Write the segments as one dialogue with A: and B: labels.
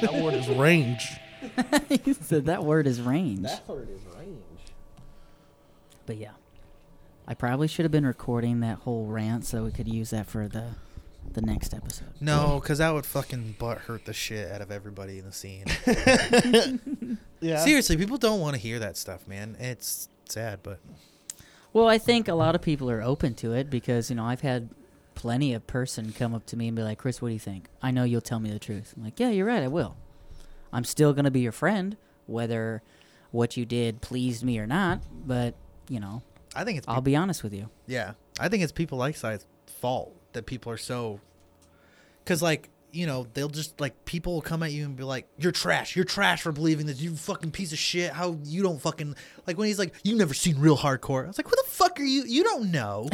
A: That word is range.
B: he said that word is range.
C: That word is range.
B: But yeah, I probably should have been recording that whole rant so we could use that for the the next episode.
D: No, because that would fucking butt hurt the shit out of everybody in the scene.
A: Yeah.
D: Seriously, people don't want to hear that stuff, man. It's sad, but
B: Well, I think a lot of people are open to it because you know I've had plenty of person come up to me and be like, "Chris, what do you think? I know you'll tell me the truth." I'm like, "Yeah, you're right. I will. I'm still gonna be your friend, whether what you did pleased me or not. But you know,
D: I think it's
B: I'll be honest with you.
D: Yeah, I think it's people like size fault that people are so, because like you know they'll just like people will come at you and be like, "You're trash. You're trash for believing this. You fucking piece of shit. How you don't fucking like when he's like, you never seen real hardcore. I was like, what the fuck are you? You don't know.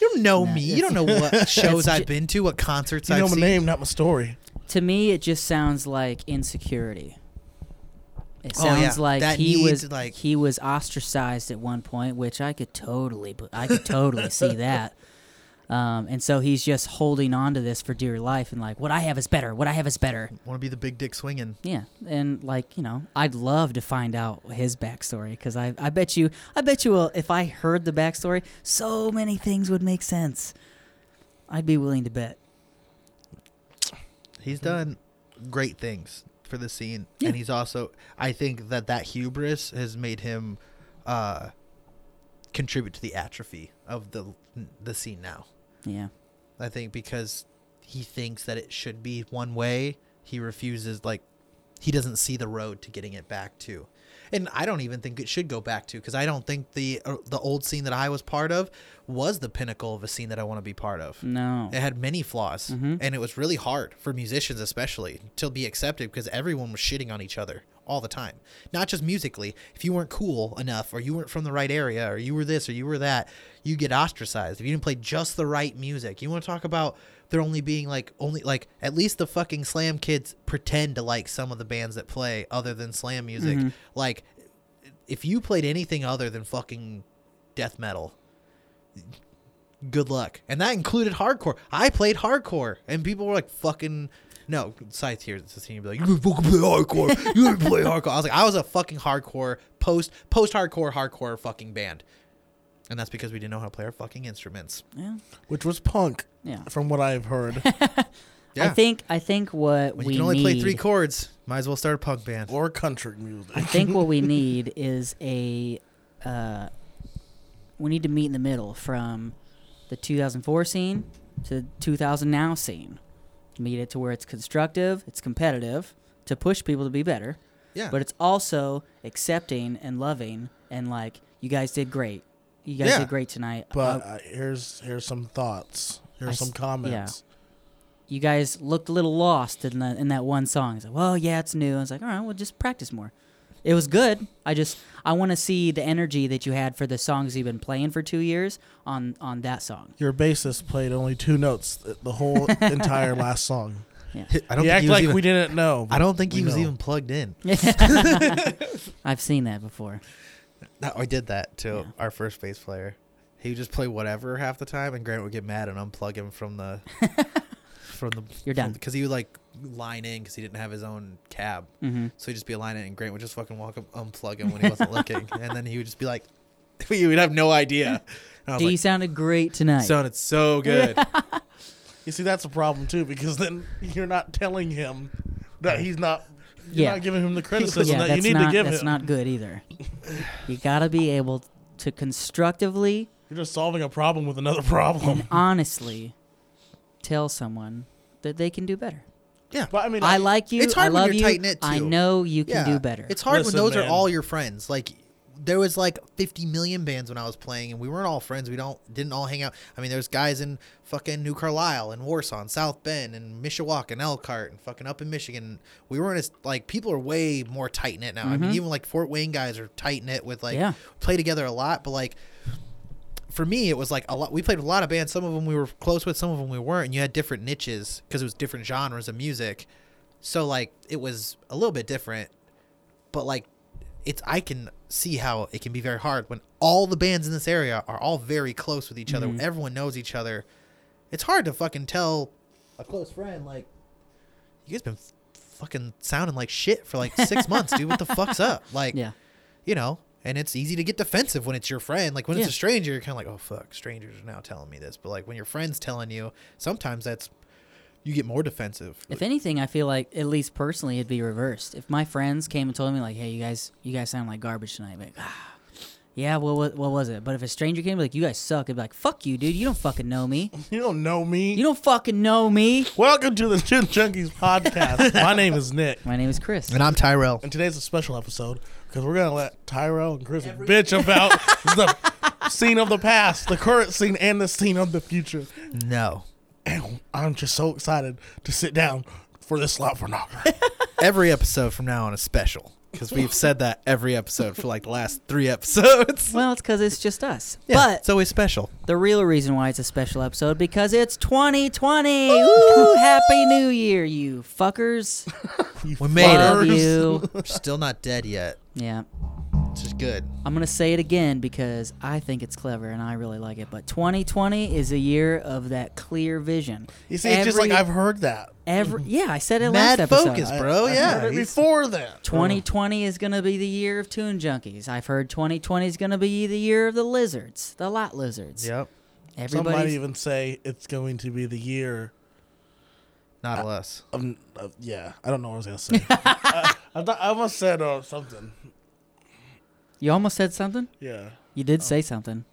D: you don't know me. You don't know what shows I've been to, what concerts
A: You
D: I've
A: know my
D: seen.
A: name, not my story.
B: To me, it just sounds like insecurity. It
D: Oh, yeah.
B: sounds like
D: That
B: he
D: need
B: was
D: to, like-
B: he was ostracized at one point, which I could totally, b- I could totally see that. Um, and so he's just holding on to this for dear life, and like, what I have is better. What I have is better.
D: Want to be the big dick swinging?
B: Yeah, and like you know, I'd love to find out his backstory because I, I bet you, I bet you, uh, if I heard the backstory, so many things would make sense. I'd be willing to bet.
D: He's done great things for the scene,
B: Yeah.
D: and he's also I think that that hubris has made him uh, contribute to the atrophy of the the scene now.
B: Yeah,
D: I think because he thinks that it should be one way, he refuses like he doesn't see the road to getting it back to. And I don't even think it should go back to because I don't think the uh, the old scene that I was part of was the pinnacle of a scene that I want to be part of.
B: no,
D: It had many flaws, and it was really hard for musicians, especially, to be accepted because everyone was shitting on each other all the time. Not just musically. If you weren't cool enough, or you weren't from the right area, or you were this, or you were that, you get ostracized. If you didn't play just the right music, you want to talk about there only being like only like at least the fucking slam kids pretend to like some of the bands that play other than slam music. Like, if you played anything other than fucking death metal good luck. And that included hardcore. I played hardcore, and people were like, fucking. No, Scythe here is the team. Be like, you didn't fucking play hardcore. You didn't play hardcore. I was like, I was a fucking hardcore post post hardcore hardcore fucking band, and that's because we didn't know how to play our fucking instruments.
B: yeah,
A: Which was punk,
B: yeah.
A: from what I've heard.
D: Yeah,
B: I think I think what
D: when
B: we
D: you can only
B: need,
D: play three chords, might as well start a punk band.
A: or country music.
B: I think what we need is a uh, we need to meet in the middle from the 2004 scene to 2000 now scene. Meet it to where it's constructive, it's competitive to push people to be better,
D: Yeah,
B: but it's also accepting and loving and like you guys did great. You guys
D: Yeah.
B: did great tonight.
A: But
B: Uh,
A: uh, here's here's some thoughts. Here's
B: I
A: some
B: s-
A: comments.
B: you guys looked a little lost in the, in that one song. It's like, well, yeah, it's new. I was like, all right, well, just practice more. It was good. I just I want to see the energy that you had for the songs you've been playing for two years on on that song.
A: Your bassist played only two notes th- the whole entire last song.
D: I don't
A: He
D: think
A: act
D: he was
A: like
D: even,
A: we didn't know.
D: I don't think
A: we
D: he was
A: know.
D: even plugged in.
B: I've seen that before.
D: No, I did that to
B: Yeah.
D: our first bass player. He would just play whatever half the time, and Grant would get mad and unplug him from the from the.
B: You're done.
D: because he would like line in because he didn't have his own cab,
B: hmm
D: so he'd just be line in, and Grant would just fucking walk up, unplug him when he wasn't looking, and then he would just be like, "We would have no idea." And I was
B: D
D: like,
B: sounded great tonight.
D: "Sounded so good."
A: You see, that's a problem too, because then you're not telling him that he's not. You're
B: Yeah.
A: not giving him the criticism
B: yeah,
A: that
B: that's
A: you need
B: not
A: to give
B: that's
A: him.
B: not good either. you gotta be able to constructively
A: You're just solving a problem with another problem.
B: and honestly tell someone that they can do better.
A: But I mean,
B: I like you.
D: It's hard
B: I
D: when
B: love
D: you're
B: you.
D: tight-knit,
B: I
D: too.
B: know you can do better.
D: It's hard
A: Listen,
D: when those
A: man.
D: are all your friends. Like there was like 50 million bands when I was playing, and we weren't all friends. We don't didn't all hang out. I mean, there's guys in fucking New Carlisle and Warsaw and South Bend and Mishawaka and Elkhart and fucking up in Michigan. We weren't as like people are way more tight knit now. I mean, even like Fort Wayne guys are tight knit with like
B: Mm-hmm. Yeah.
D: play together a lot, but like for me, it was like a lot. We played with a lot of bands. Some of them we were close with, some of them we weren't. And you had different niches because it was different genres of music. So like it was a little bit different, but like it's I can see how it can be very hard when all the bands in this area are all very close with each other.
B: Mm-hmm.
D: When everyone knows each other. It's hard to fucking tell a close friend like you guys been f- fucking sounding like shit for like six months, dude. What the fuck's up? Like,
B: Yeah.
D: you know, and it's easy to get defensive when it's your friend. Like when it's
B: Yeah.
D: a stranger, you're kind of like, oh fuck, strangers are now telling me this. But like when your friend's telling you, sometimes that's you get more defensive.
B: If anything, I feel like at least personally, it'd be reversed. If my friends came and told me like, "Hey, you guys, you guys sound like garbage tonight," I'd be like, ah, yeah, well, what, what was it? But if a stranger came, and be like, "You guys suck," I'd be like, "Fuck you, dude. You don't fucking know me.
A: You don't know me.
B: You don't fucking know me."
A: Welcome to the Gin Junkies podcast. My name is Nick.
B: My name is Chris.
D: and I'm Tyrell.
A: And today's a special episode because we're gonna let Tyrell and Chris bitch about the scene of the past, the current scene, and the scene of the future.
D: No,
A: And I'm just so excited to sit down for this slot for knocker.
D: every episode from now on is special because we've said that every episode for like the last three episodes.
B: Well, it's because it's just us.
D: Yeah,
B: but
D: it's always special.
B: the real reason why it's a special episode because it's 2020. Ooh, happy New Year, you fuckers.
D: We made
B: Love
D: it.
B: you.
D: We're still not dead yet,
B: Yeah.
D: which is good.
B: I'm going to say it again because I think it's clever and I really like it. But 2020 is a year of that clear vision.
A: You see, it's just like I've heard that.
B: every yeah, I said it
D: Mad
B: last episode.
D: focus.
A: I-
D: Bro,
A: I've
D: Oh, yeah,
A: heard it
D: he's-
A: before that.
B: 2020 is going to be the year of Toon Junkies. I've heard 2020 is going to be the year of the lizards, the lot lizards.
A: Some might
B: Everybody's
A: even say it's going to be the year.
D: Not us.
A: Of, of yeah, I don't know what I was gonna say. I, I thought I almost said uh, something.
B: You almost said something?
A: Yeah.
B: You did say something.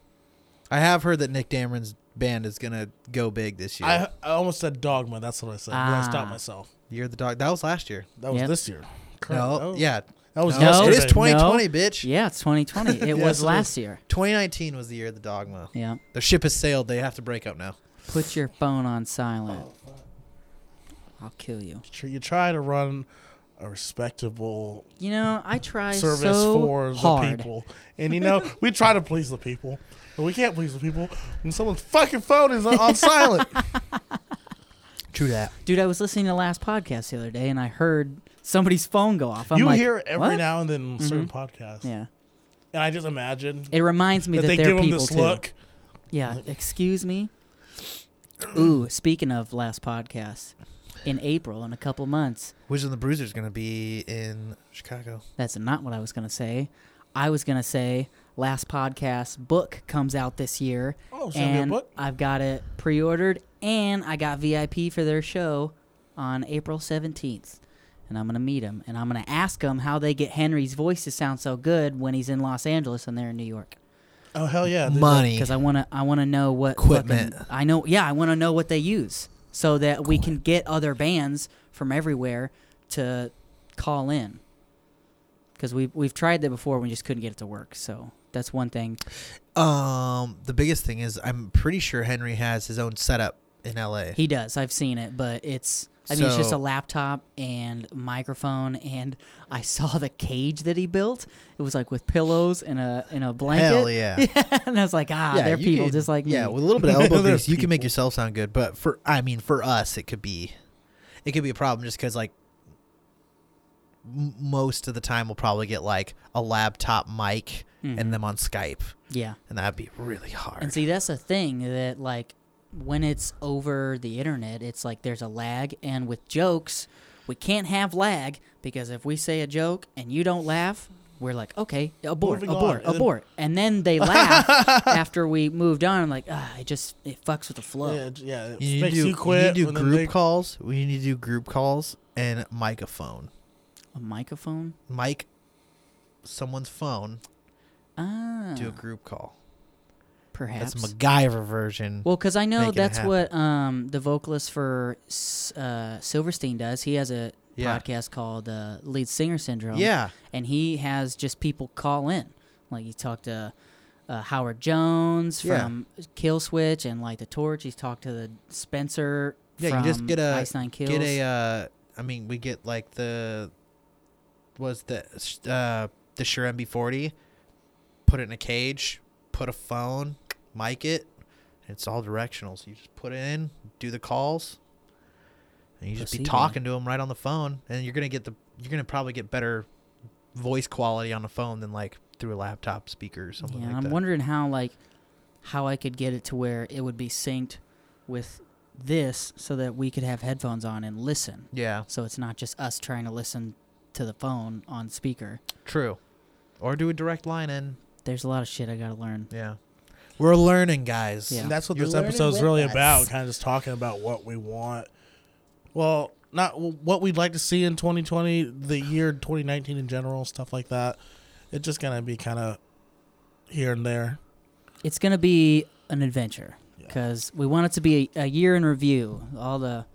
A: Oh.
D: I have heard that Nick Dameron's band is gonna go big this year.
A: I, I almost said dogma. That's what I said. but I stopped
B: Ah.
A: myself.
D: You're the dog. That was last year.
A: That was
B: Yep.
A: this year.
D: No,
A: That was-
D: yeah.
A: That was
B: Oh. No.
D: It is
A: yesterday.
D: 2020, bitch.
B: Yeah, it's 2020. It
A: Yeah,
B: was
A: so-
B: last year.
D: 2019 was the year of the dogma.
B: Yeah.
D: Their ship has sailed. They have to break up now.
B: Put your phone on silent. I'll kill you.
A: tr- you try to run a respectable
B: You know, I try
A: service
B: so
A: for the
B: hard.
A: people. And you know, we try to please the people, but we can't please the people when someone's fucking phone is on silent.
D: True that.
B: Dude, I was listening to the last podcast the other day and I heard somebody's phone go off. I'm
A: you
B: like,
A: hear it every
B: "What?" Mm-hmm.
A: now and then on certain podcasts.
B: Yeah.
A: And I just imagine
B: It reminds me
A: that
B: that,
A: they
B: there
A: give
B: are
A: them
B: people
A: this
B: too.
A: look.
B: Yeah, excuse me. Ooh, speaking of last podcast, in April in a couple months,
D: Wizard and the Bruiser's gonna be in Chicago.
B: that's not what I was going to say. I was going to say last podcast book comes out this year
A: Oh, so you have a
B: and
A: book?
B: I've got it pre-ordered and I got VIP for their show on April 17th. And I'm going to meet him and I'm going to ask him how they get Henry's voice to sound so good when he's in Los Angeles and they're in New York.
A: Oh hell yeah. dude.
D: Money.
B: Cuz I want to I want to know what
D: Equipment.
B: fucking- I know yeah, I want to know what they use so that we can get other bands from everywhere to call in. Cuz we we've tried that before we just couldn't get it to work. So that's one thing.
D: Um, the biggest thing is I'm pretty sure Henry has his own setup in LA.
B: He does. I've seen it, but it's. I mean, it's just a
D: So-
B: laptop and microphone, and I saw the cage that he built. It was like with pillows and a and a blanket.
D: Hell yeah.
B: and I was like, ah, they're
D: you
B: people
D: could-
B: just like me.
D: yeah, with a little bit of elbow
A: They're
D: grease, you can make
A: people.
D: yourself sound good. But for I mean, for us, it could be, it could be a problem just because like m- most of the time we'll probably get like a laptop mic and them on Skype,
B: Mm. yeah.
D: and that'd be really hard.
B: Mm-hmm. And see, that's a thing that like when it's over the internet, it's like there's a lag, and with jokes, we can't have lag because if we say a joke and you don't laugh. We're like, okay, abort,
A: Moving on,
B: abort,
A: and then-
B: abort, and then they laugh after we moved on. I'm like, ah, it just it fucks with the flow.
A: Yeah, j- yeah. It
D: you need, to
A: makes
D: do,
A: you quit.
D: you need to
A: and
D: do
A: then
D: group
A: they-
D: calls. We need to do group calls and microphone,
B: A microphone?
D: mic, someone's phone.
B: Ah,
D: Do a group call.
B: perhaps.
D: That's MacGyver version.
B: well, because I know
D: making it
B: that's
D: happen.
B: what um, the vocalist for S- uh, Silverstein does. He has a
D: Yeah.
B: podcast called uh, Lead Singer Syndrome.
D: yeah,
B: And he has just people call in. Like, he talked to uh, Howard Jones
D: Yeah.
B: from Kill Switch and Light the Torch. He's talked to the Spencer
D: Yeah,
B: from
D: you just get a
B: Ice Nine Kills.
D: Get a. Uh, I mean, we get like the was the uh, the Shure MB40. Put it in a cage. Put a phone. Mic it. and It's all directional. So you just put it in. Do the calls. And you just be
B: Placebo.
D: talking to them right on the phone, and you're gonna get the you're gonna probably get better voice quality on the phone than like through a laptop speaker or something
B: yeah,
D: like
B: I'm
D: that.
B: wondering how like how I could get it to where it would be synced with this so that we could have headphones on and listen.
D: Yeah,
B: So it's not just us trying to listen to the phone on speaker.
D: true. Or do a direct line in.
B: There's a lot of shit I got to learn.
D: Yeah, we're learning, guys.
B: Yeah.
A: And that's what
D: You're
A: this
D: learning
A: episode's
D: with
A: really
D: us.
A: about. Kind of just talking about what we want. Well, not what we'd like to see in 2020, the year 2019 in general, stuff like that. It's just gonna be kind of here and there.
B: It's going to be an adventure
A: Yeah.
B: because we want it to be a, a year in review. All the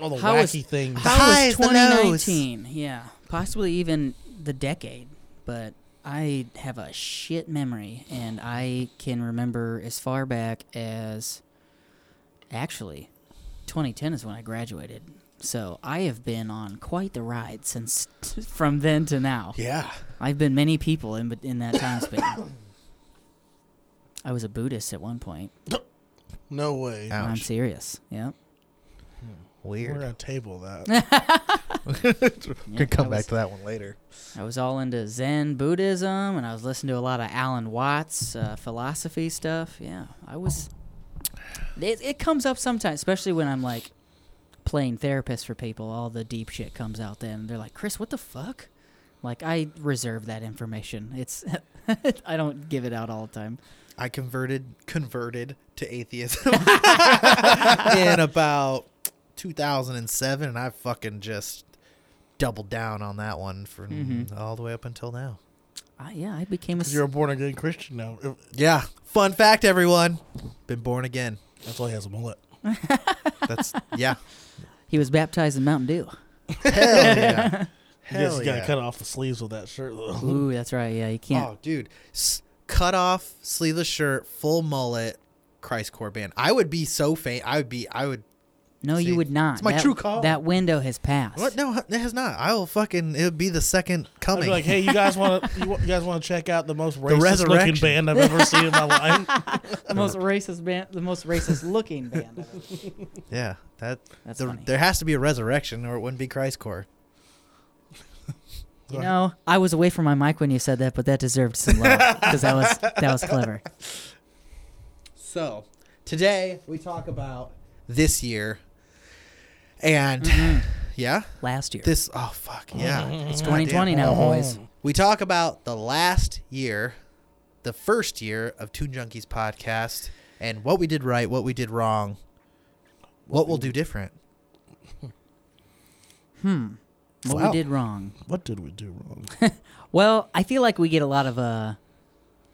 A: All the
B: How
A: wacky
B: is-
A: things.
D: how-
B: How was
D: highs, the lows.
B: 2019? Yeah, possibly even the decade. But I have a shit memory, and I can remember as far back as actually 2010 is when I graduated. So I have been on quite the ride since from then to now.
A: yeah.
B: I've been many people in in that time span. I was a Buddhist at one point.
A: No way.
D: Ouch.
B: I'm serious. Yeah.
A: We're
D: Weird.
A: gonna table that.
D: Could come
B: I
D: back
B: was-
D: to that one later.
B: I was all into Zen Buddhism, and I was listening to a lot of Alan Watts uh, philosophy stuff. Yeah, I was. It, it comes up sometimes, especially when I'm like playing therapist for people. All the deep shit comes out then. and They're like, "Chris, what the fuck?" Like I reserve that information. It's I don't give it out all the time.
D: I converted converted to atheism in about 2007, and I fucking just doubled down on that one for
B: Mhm.
D: all the way up until now.
B: I, yeah, I became a.
A: You're a born again Christian now. If-
D: Yeah. Fun fact, everyone. Been born again.
A: That's why he has a mullet.
D: That's yeah.
B: He was baptized in Mountain Dew.
D: Hell yeah.
A: You guys
D: Hell
A: gotta
D: yeah.
A: cut off the sleeves with that shirt though.
B: Ooh, that's right. Yeah, you can't.
D: Oh, dude. S- cut off, sleeveless shirt, full mullet, Christ core band. I would be so faint. I would be. I would.
B: no,
D: see,
B: you would not.
D: it's my
B: that,
D: true call.
B: That window has passed.
D: What? No, it has not. I will fucking. It would be the second
A: I'd
D: coming.
A: be like, hey, you guys want to you, wa- you guys want to check out the most racist looking
D: resurrection.
A: band I've ever seen in my life?
B: the most racist band, the most racist looking band. I've ever
D: yeah. That.
B: That's
D: there,
B: funny.
D: there has to be a resurrection, or it wouldn't be Christ core.
B: You know, I was away from my mic when you said that, but that deserved some love because that was that was clever.
D: So today we talk about this year, and
A: Mm-hmm.
D: yeah,
B: Last year,
D: this. Oh fuck yeah! It's
B: 2020 now, boys.
D: mm-hmm. We talk about the last year, the first year of Toon Junkies podcast, and what we did right, what we did wrong, what we'll do different.
B: Hmm. What
A: Wow.
B: we did wrong.
A: What did we do wrong?
B: Well, I feel like we get a lot of uh,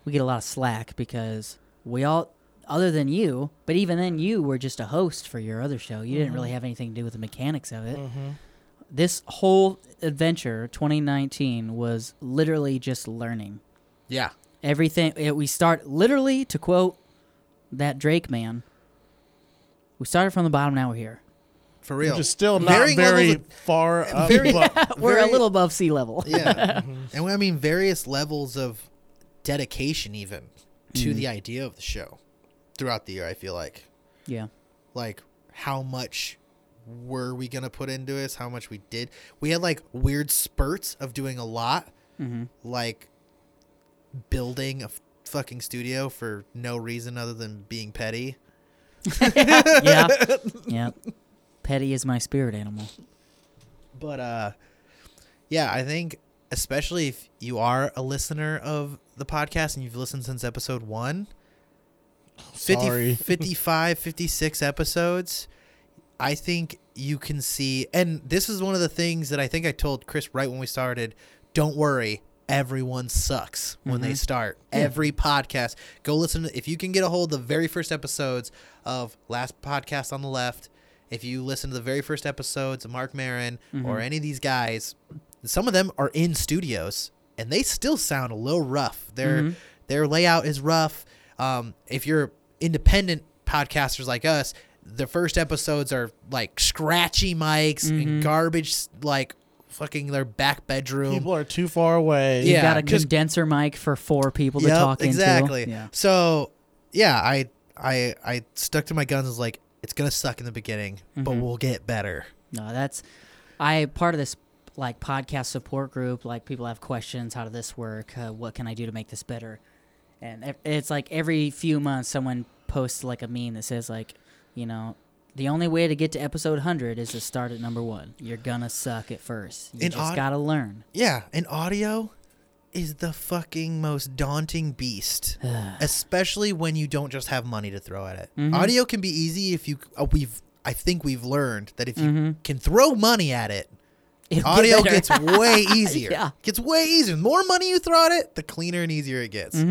B: we get a lot of slack because we all, other than you, but even then, you were just a host for your other show. You didn't really have anything to do with the mechanics of it. This whole adventure, 2019, was literally just learning.
D: Yeah.
B: Everything it, we start literally to quote that Drake man. We started from the bottom. Now we're here.
D: For
A: Which
D: real.
A: is still not
D: Varying
A: very
D: levels
A: far up.
D: Very-
A: but
B: We're
D: Very-
B: a little above sea level.
D: yeah. Mm-hmm. and I mean various levels of dedication even to the idea of the show throughout the year, I feel like.
B: yeah,
D: like how much were we gonna put into this how much we did we had like weird spurts of doing a lot like building a f- fucking studio for no reason other than being petty
B: yeah, yeah. Petty is my spirit animal.
D: but uh yeah i think especially if you are a listener of the podcast and you've listened since episode one 50,
A: Sorry.
D: 55 56 episodes i think you can see and this is one of the things that i think i told chris right when we started don't worry everyone sucks when they start every podcast go listen to, if you can get a hold of the very first episodes of last podcast on the left if you listen to the very first episodes of mark marin or any of these guys some of them are in studios and they still sound a little rough their their layout is rough um, if you're independent podcasters like us, the first episodes are like scratchy mics
B: Mm-hmm.
D: and garbage, like fucking their back bedroom.
A: people are too far away.
D: Yeah,
B: Got a
D: just-
B: condenser mic for four people to
D: Yep,
B: talk
D: exactly.
B: into. Yeah.
D: So, yeah, I I I stuck to my guns. Was like, it's gonna suck in the beginning, but
B: Mm-hmm.
D: we'll get better.
B: No, that's I part of this like podcast support group. Like people have questions. How did this work? Uh, what can I do to make this better? And ev- it's like every few months, someone posts like a meme that says like, you know, The only way to get to episode 100 is to start at number one. You're gonna suck at first. You
D: In
B: just
D: odd-
B: gotta learn.
D: Yeah, and audio is the fucking most daunting beast, especially when you don't just have money to throw at it.
B: Mm-hmm.
D: Audio can be easy if you uh, we've I think we've learned that if you
B: Mm-hmm.
D: can throw money at it,
B: It'll get
D: audio
B: better.
D: gets way easier.
B: Yeah.
D: Gets way easier. The more money you throw at it, the cleaner and easier it gets.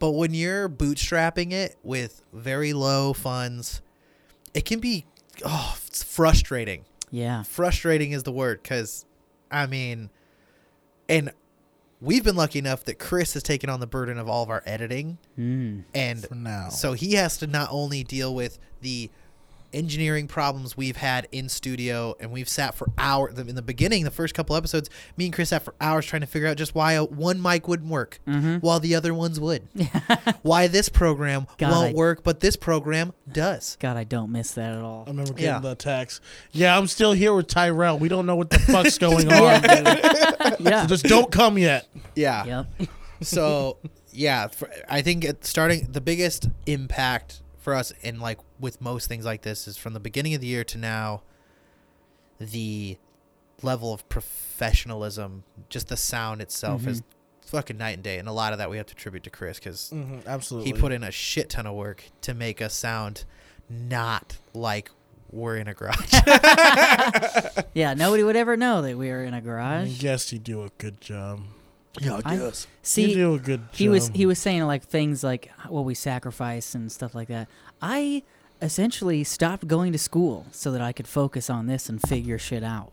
D: But when you're bootstrapping it with very low funds, it can be oh, it's frustrating
B: yeah.
D: frustrating is the word because i mean and we've been lucky enough that chris has taken on the burden of all of our editing
B: Mm.
D: and
A: for now.
D: so he has to not only deal with the engineering problems we've had in studio and we've sat for hours in the beginning the first couple episodes me and chris sat for hours trying to figure out just why one mic wouldn't work while the other ones would why this program
B: God,
D: won't
B: I-
D: work but this program does
B: God, I don't miss that at all.
A: I remember getting
D: Yeah.
A: the text. Yeah, I'm still here with Tyrell. We don't know what the fuck's going on. dude.
B: yeah.
A: Just don't come yet.
D: yeah
B: Yep.
D: so yeah for, i think it, starting the biggest impact for us and like with most things like this is from the beginning of the year to now the level of professionalism just the sound itself is fucking night and day and a lot of that we have to attribute to chris because
A: Mhm, absolutely.
D: he put in a shit ton of work to make us sound not like we're in a garage
B: Yeah. Nobody would ever know that we were in a garage.
A: Yes, you do a good job.
D: yeah
B: I- guess. See,
A: you do a good.
B: he was
A: job.
B: he was saying like things like what we sacrifice and stuff like that. I essentially stopped going to school so that I could focus on this and figure shit out.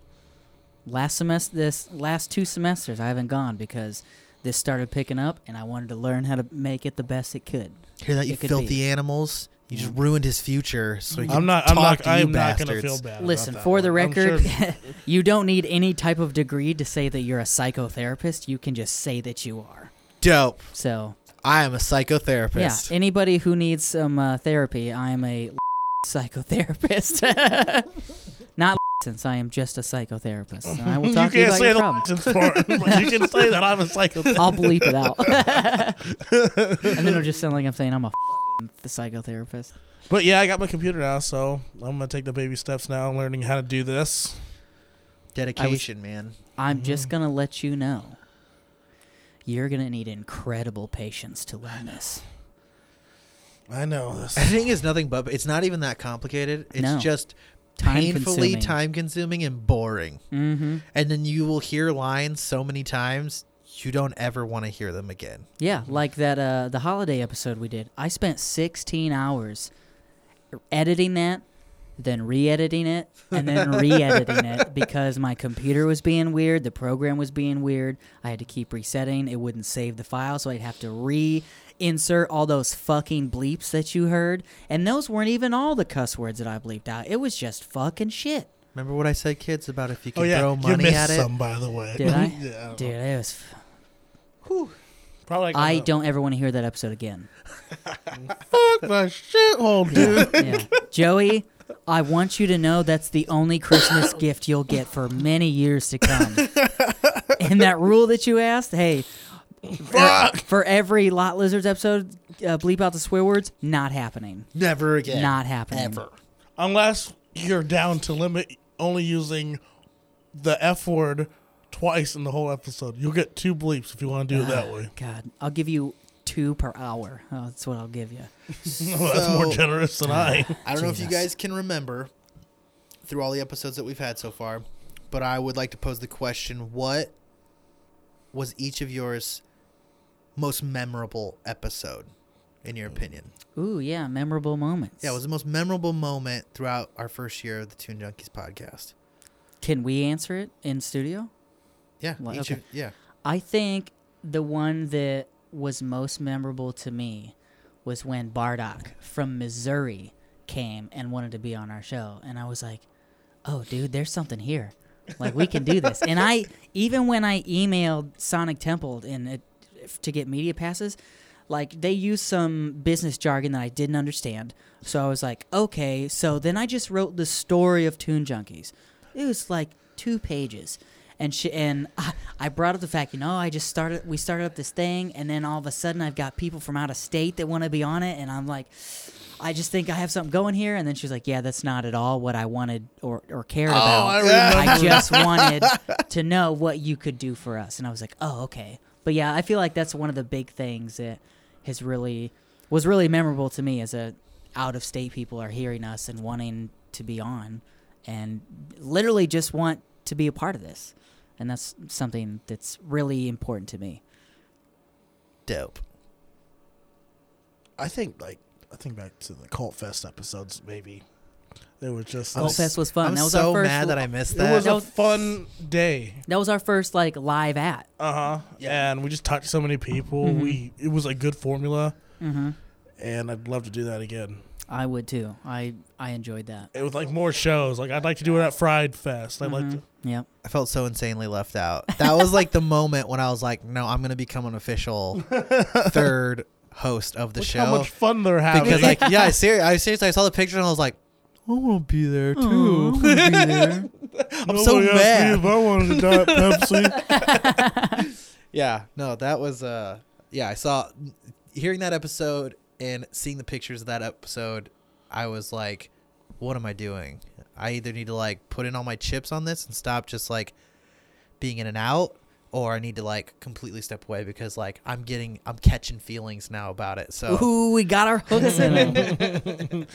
B: Last semester, this last two semesters, I haven't gone because this started picking up, and I wanted to learn how to make it the best it could.
D: hear that you
B: It could
D: filthy
B: be.
D: animals you just ruined his future so you
A: I'm not. I'm not. I'm not going to feel bad. about
B: Listen,
A: that
B: for the
A: one. I'm sure-
B: record, you don't need any type of degree to say that you're a psychotherapist. You can just say that you are.
D: dope
B: So
D: i am a psychotherapist
B: Yeah, anybody who needs some uh, therapy, I am a psychotherapist. Not since I am just a psychotherapist. And I will
A: you
B: talk to you
A: can't
B: about
A: say
B: your
A: the
B: problems.
A: license part. but you can say that I'm a psychopath.
B: I'll bleep it out. and then it'll just sound like I'm saying I'm a psychotherapist.
A: But yeah, I got my computer now, so I'm gonna take the baby steps now, learning how to do this.
D: dedication man
B: I'm
A: Mm.
B: just going to let you know you're going to need incredible patience to learn this.
A: I know this.
D: Editing is nothing but it's not even that complicated. It's
B: No.
D: just
B: Time
D: painfully
B: consuming.
D: time consuming and boring.
B: Mm-hmm.
D: And then you will hear lines so many times you don't ever want to hear them again.
B: Yeah, like that uh the holiday episode we did. I spent 16 hours editing that, then re-editing it, and then re-editing it because my computer was being weird, the program was being weird. I had to keep resetting. It wouldn't save the file, so I'd have to re insert all those fucking bleeps that you heard. And those weren't even all the cuss words that I bleeped out. It was just fucking shit.
D: Remember what I said, kids, about if you
A: oh
D: could
A: yeah,
D: throw
A: you
D: money
A: missed
D: at it?
A: some, by the way.
B: Did I?
A: yeah,
B: Dude, it was
A: probably. like uh,
B: I
A: a-
B: don't ever want to hear that episode again.
A: Fuck the shithole, dude.
B: yeah. Joey, I want you to know that's the only Christmas gift you'll get for many years to come. and that rule that you asked, hey, for, for every Lot Lizards episode, uh, bleep out the swear words, not happening.
D: Never again.
B: Not happening.
D: Ever.
A: Unless you're down to limit only using the F word twice in the whole episode. You'll get two bleeps if you want to do it that way.
B: God, I'll give you two per hour. Oh, that's what I'll give you.
A: Well, that's more
D: So-
A: generous than I.
D: I don't know if you
B: Jesus.
D: guys can remember through all the episodes that we've had so far, but I would like to pose the question what was each of yours most memorable episode in your opinion?
B: Ooh, yeah, memorable moments.
D: Yeah, it was the most memorable moment throughout our first year of the Tune Junkies podcast.
B: Can we answer it in studio?
D: Yeah,
B: Well,
D: each
B: okay.
D: of- yeah.
B: I think the one that was most memorable to me was when Bardock from Missouri came and wanted to be on our show. And I was like, oh, dude, there's something here. Like, we can do this. and I, even when I emailed Sonic Temple and it, to get media passes, like, they used some business jargon that I didn't understand. So I was like, okay. So then I just wrote the story of Toon Junkies. It was like two pages. and she and I, I brought up the fact, you know, I just started we started up this thing, and then all of a sudden I've got people from out of state that want to be on it, and I'm like. I just think I have something going here, and then she's like, "Yeah, that's not at all what I wanted or, or cared about.
A: Oh, I
B: I just wanted to know what you could do for us." And I was like, "Oh, okay." But yeah, I feel like that's one of the big things that has really was really memorable to me as a out of state people are hearing us and wanting to be on, and literally just want to be a part of this, and that's something that's really important to me.
D: Dope.
A: I think like I think back to the Cult Fest episodes maybe. They were just
B: Cult Fest was fun.
D: I'm
B: that was
D: so
B: our first
D: mad that I missed
A: it was
D: that.
A: a fun day.
B: that was our first like live at.
A: Uh huh. Yeah, Mm-hmm. and we just touched so many people. We it was a good formula,
B: Mm-hmm.
A: and I'd love to do that again.
B: I would too. I I enjoyed that.
A: It was like more shows. Like I'd like to do it at Fried Fest. I would like to.
B: Yep.
D: I felt so insanely left out. That was like the moment when I was like, no, I'm gonna become an official third host of the
A: Look
D: show.
A: how much fun they're having.
D: because like yeah, I seriously, I seriously, I saw the picture and I was like, I want to be there too. I'm so
A: Nobody asked
D: mad.
A: Me if I wanted a diet Pepsi.
D: Yeah, no, that was uh, yeah, I saw hearing that episode and seeing the pictures of that episode, I was like, what am I doing? I either need to like put in all my chips on this and stop just like being in and out. Or I need to like completely step away because like I'm getting I'm catching feelings now about it. So
B: Ooh, we got our hooks in 'em.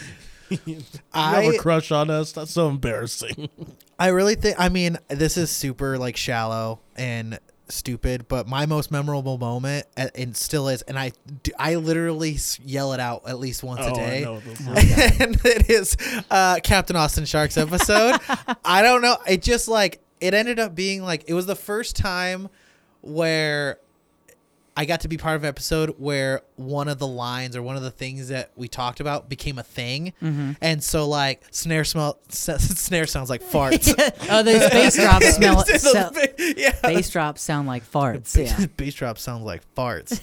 A: You have
D: I
A: a crush on us. That's so embarrassing.
D: I really think I mean this is super like shallow and stupid, but my most memorable moment a- and still is, and I do- I literally s- yell it out at least once a
A: Oh, I
D: day.
A: know this is-
D: and it is uh, Captain Austin Sharks episode. I don't know. It just like it ended up being like it was the first time where I got to be part of an episode where one of the lines or one of the things that we talked about became a thing,
B: Mm-hmm.
D: and so like snare smell s- snare sounds like farts.
B: oh, the bass drops smell.
D: Those
B: so,
D: ba- yeah.
B: bass drops sound like farts.
D: Bass-
B: Yeah.
D: bass drop sounds like farts.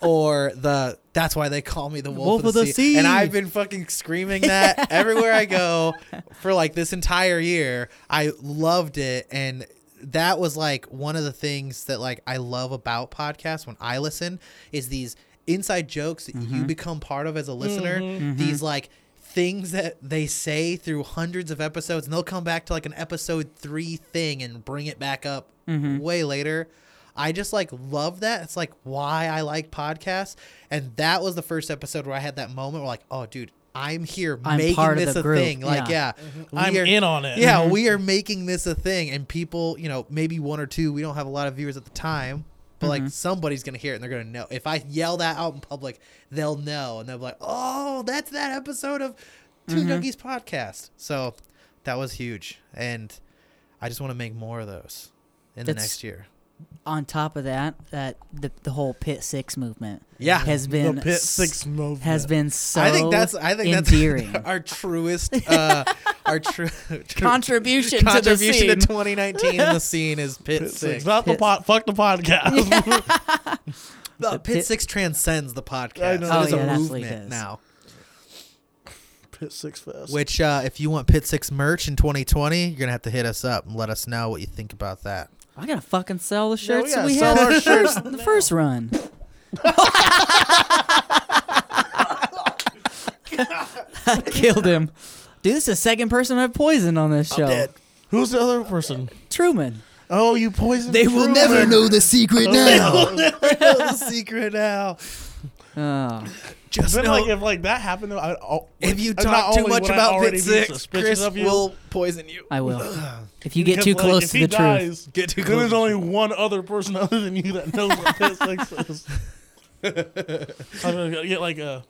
D: or the that's why they call me the
B: Wolf
D: wolf, of, the,
B: of the
D: sea. And
B: sea.
D: I've been fucking screaming that everywhere I go for like this entire year. I loved it and that was like one of the things that like I love about podcasts when I listen is these inside jokes that
B: Mm-hmm.
D: you become part of as a listener. These like things that they say through hundreds of episodes and they'll come back to like an episode 3 thing and bring it back up
B: Mm-hmm.
D: way later. I just like love that. It's like why I like podcasts. And that was the first episode where I had that moment where like, oh dude, I'm here
B: I'm
D: making
B: part of
D: this
B: the
D: a
B: group.
D: thing. Like, yeah,
B: Yeah.
D: we
A: I'm
D: are-
A: in on it.
D: Yeah,
B: Mm-hmm.
D: we are making this a thing. And people, you know, maybe one or two, we don't have a lot of viewers at the time. But
B: Mm-hmm.
D: like somebody's gonna hear it and they're gonna know. If I yell that out in public, they'll know and they'll be like, "Oh, that's that episode of 2
B: Mm-hmm.
D: Junkies podcast." So that was huge, and I just want to make more of those in the
B: That's-
D: next year.
B: On top of that, that the, the whole Pit Six movement.
D: Yeah.
B: Has
A: the
B: been
A: Pit
B: s-
A: Six movement
B: Has been so.
D: I think that's I think
B: endearing.
D: that's our truest uh, our true
B: contribution,
D: contribution
B: to
D: to,
B: the scene.
D: 2019 in the scene is Pit,
A: Pit
D: Six.
A: Six. Not the
B: Pit-
A: pot. Fuck the podcast.
D: The Pit,
B: Pit-
D: Six transcends the
A: I
D: podcast.
A: know.
D: It
A: Oh,
D: is
B: yeah,
D: a
B: that's what it
D: movement
B: is.
D: now.
A: Pit Six Fest.
D: Which, uh, if you want Pit Six merch in 2020, you're gonna have to hit us up and let us know what you think about that.
B: I gotta fucking sell the
A: Yeah, we
B: shirts that
A: gotta
B: we
A: sell
B: had
A: our
B: the
A: shirts
B: first, the first run. Killed him. Dude, this is the second person I've poisoned on this show.
A: Who's the other person?
B: Truman.
A: Oh, you poisoned.
D: They will
A: Truman.
D: never know the secret now.
A: will
D: never know the secret now.
B: Oh.
D: Just
A: But
D: know
A: like if like that happened, though, I'd, al-
D: if you
A: not
D: talk too
A: only
D: much
A: would I
D: about
A: already
D: Pit
A: be
D: Six,
A: suspicious
D: Chris
A: of you,
D: will poison you.
B: I will. If you
A: because,
B: get too
A: like,
B: close
A: if
B: to
A: he
B: the truth.
A: dies,
D: Get too
A: then there's
D: close.
A: only one other person other than you that knows what Pit Six is. I'm gonna get like a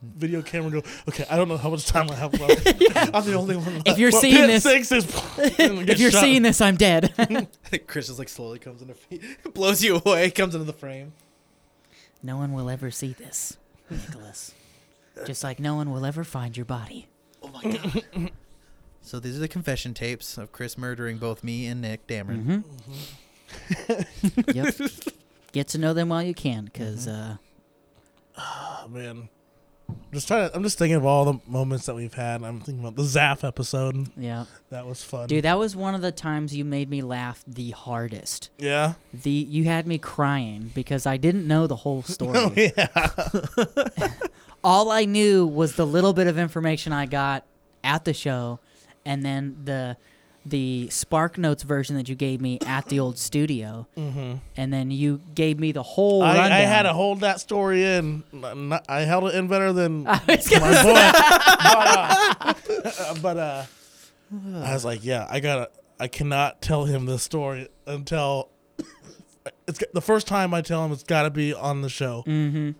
A: video camera. And go. Okay, I don't know how much time I have left. I'm the only one. Left.
B: If you're
A: But
B: seeing
A: Pit
B: this-
A: Six is.
B: If you're seeing this, I'm dead.
D: I think Chris just like slowly comes into blows you away, comes into the frame.
B: no one will ever see this, Nicholas. Just like no one will ever find your body.
D: Oh my god. so these are the confession tapes of Chris murdering both me and Nick Dameron.
A: Mm-hmm.
B: Yep.
A: Mm-hmm.
B: Get to know them while you can, because uh,
A: Oh, man, just trying. To, I'm just thinking of all the moments that we've had. I'm thinking about the Zaf episode.
B: Yeah.
A: That was fun.
B: Dude, that was one of the times you made me laugh the hardest.
A: yeah.
B: The you had me crying because I didn't know the whole story.
A: yeah.
B: All I knew was the little bit of information I got at the show and then the the Spark Notes version that you gave me at the old studio. Mm-hmm. And then you gave me the whole
A: I, I
B: rundown.
A: had to hold that story in. I'm not- I held it in better than my
B: was gonna
A: boy. but uh, but, uh, I was like, yeah, I gotta. I cannot tell him this story until it's the first time I tell him. It's got to be on the show.
B: Mm.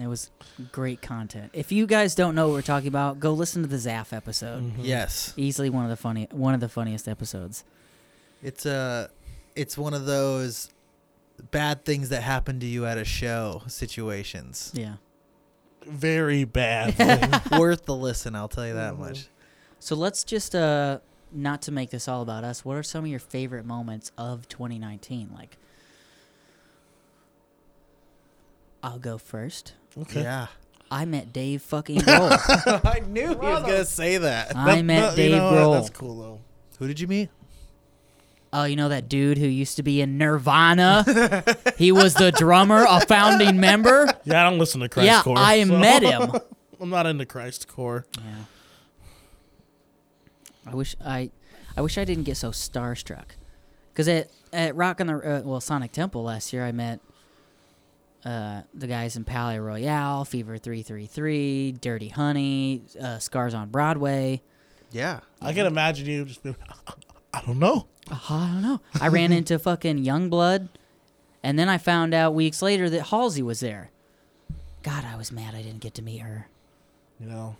B: It was great content. If you guys don't know what we're talking about, go listen to the Zaf episode.
A: Mm.
D: Yes.
B: Easily one of the funny one of the funniest episodes.
D: It's uh it's one of those bad things that happen to you at a show situations.
B: Yeah.
A: Very bad. thing.
D: Worth the listen, I'll tell you that much.
B: So let's just uh not to make this all about us, what are some of your favorite moments of 2019? Like I'll go first.
A: Okay.
D: Yeah.
B: I met Dave fucking Grohl.
D: I knew he was going to say that.
B: I
A: That-
B: met
A: that- you
B: Dave
A: know what?
B: Grohl.
A: That's cool though.
D: Uh, Who did you meet?
B: Oh, you know that dude who used to be in Nirvana? he was the drummer, a founding member.
A: Yeah, I don't listen to Christ
B: yeah,
A: Core.
B: I
A: so-
B: met him.
A: I'm not into Christ Core.
B: Yeah. I wish I, I wish I didn't get so starstruck, because at at Rock on the uh, well Sonic Temple last year I met, uh, the guys in Palais Royale, Fever Three Three Three, Dirty Honey, uh, Scars on Broadway.
D: Yeah.
A: I
B: Mm.
A: can imagine you just being, I don't know.
B: Uh, I don't know. I ran into fucking Youngblood, and then I found out weeks later that Halsey was there. God, I was mad I didn't get to meet her.
A: You know,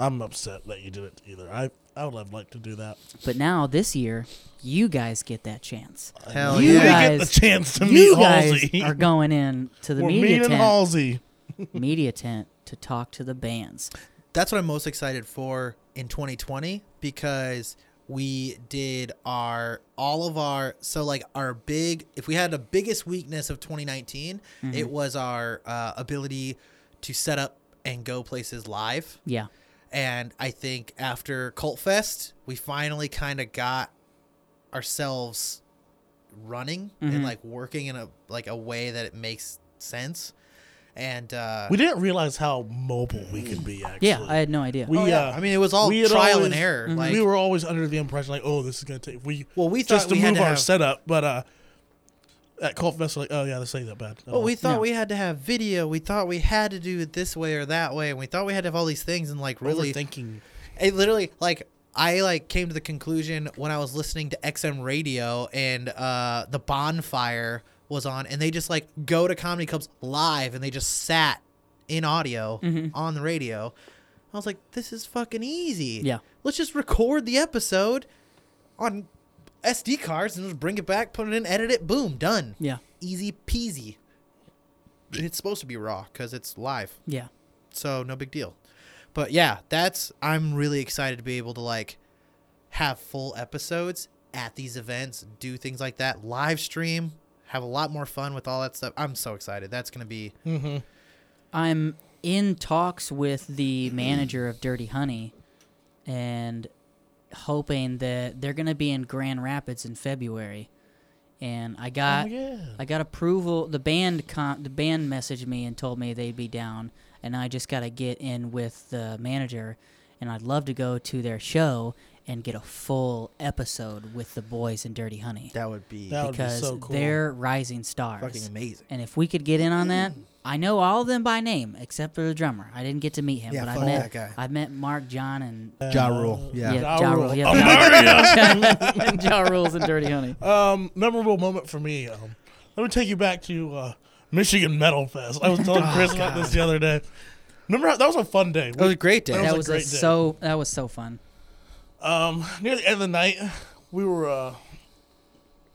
A: I'm upset that you didn't either. I I would have liked to do that.
B: But now this year, you guys get that chance.
D: Hell
B: You
A: we
D: yeah.
B: guys-
A: get the chance to
B: you
A: meet
B: guys
A: Halsey.
B: are going in to the
A: We're
B: media
A: meeting
B: tent,
A: Halsey.
B: media tent to talk to the bands.
D: That's what I'm most excited for in 2020 because we did our all of our so like our big if we had the biggest weakness of 2019 it was our uh, ability to set up and go places live
B: Yeah,
D: and I think after Cult Fest, we finally kind of got ourselves running and like working in a like a way that it makes sense. And uh,
A: We didn't realize how mobile we could be. Actually,
B: yeah, Mm-hmm. I had no idea.
A: we.
D: oh, yeah.
A: uh,
D: I mean, it was all
A: we had
D: trial and
A: always-
D: error. Like
A: we were always under the impression like, oh, this is gonna take. We
D: Well, we
A: just to
D: thought we had
A: move
D: to
A: our
D: have-
A: setup, but uh, at Colt Fest, we're like, oh yeah, this ain't that bad.
D: Well, we thought
B: No.
D: we had to have video. We thought we had to do it this way or that way, and we thought we had to have all these things. And like, really,
A: thinking.
D: it literally like I like came to the conclusion when I was listening to XM radio and uh the bonfire was on and they just like go to comedy clubs live and they just sat in audio
B: Mm-hmm.
D: on the radio. I was like this is fucking easy.
B: Yeah.
D: Let's just record the episode on SD cards and just bring it back, put it in, edit it, boom, done.
B: Yeah,
D: Easy peasy. It's supposed to be raw cuz it's live
B: yeah,
D: so no big deal. But yeah, that's I'm really excited to be able to like have full episodes at these events, do things like that, live stream, have a lot more fun with all that stuff. I'm so excited. That's gonna be
B: I'm in talks with the manager of Dirty Honey, and hoping that they're gonna be in Grand Rapids in February. And I got
A: oh yeah.
B: I got approval. The band con- the band messaged me and told me they'd be down, and I just got to get in with the manager, and I'd love to go to their show and get a full episode with the boys and Dirty Honey
D: that would be
A: That would be
B: because
A: so cool.
B: they're rising stars.
D: fucking amazing.
B: and if we could get in on that,
A: Mm.
B: I know all of them by name except for the drummer. I didn't get to meet him,
D: Yeah,
B: but I
D: fuck
B: met
D: that guy.
B: I met Mark, John, and
D: Ja Rule, yeah.
B: yeah,
A: Ja
B: Ja
A: Rule.
B: Rule, yeah, Ja- and Ja Rule's and Dirty Honey.
A: Um, memorable moment for me. Um, let me take you back to uh, Michigan Metal Fest. I was telling Chris about this the other day. Remember how, that was a fun day.
D: That was a great day.
A: That
B: Oh, That
A: was
B: was
A: a
B: a
A: great day.
B: so that was so fun.
A: um, near the end of the night, we were uh,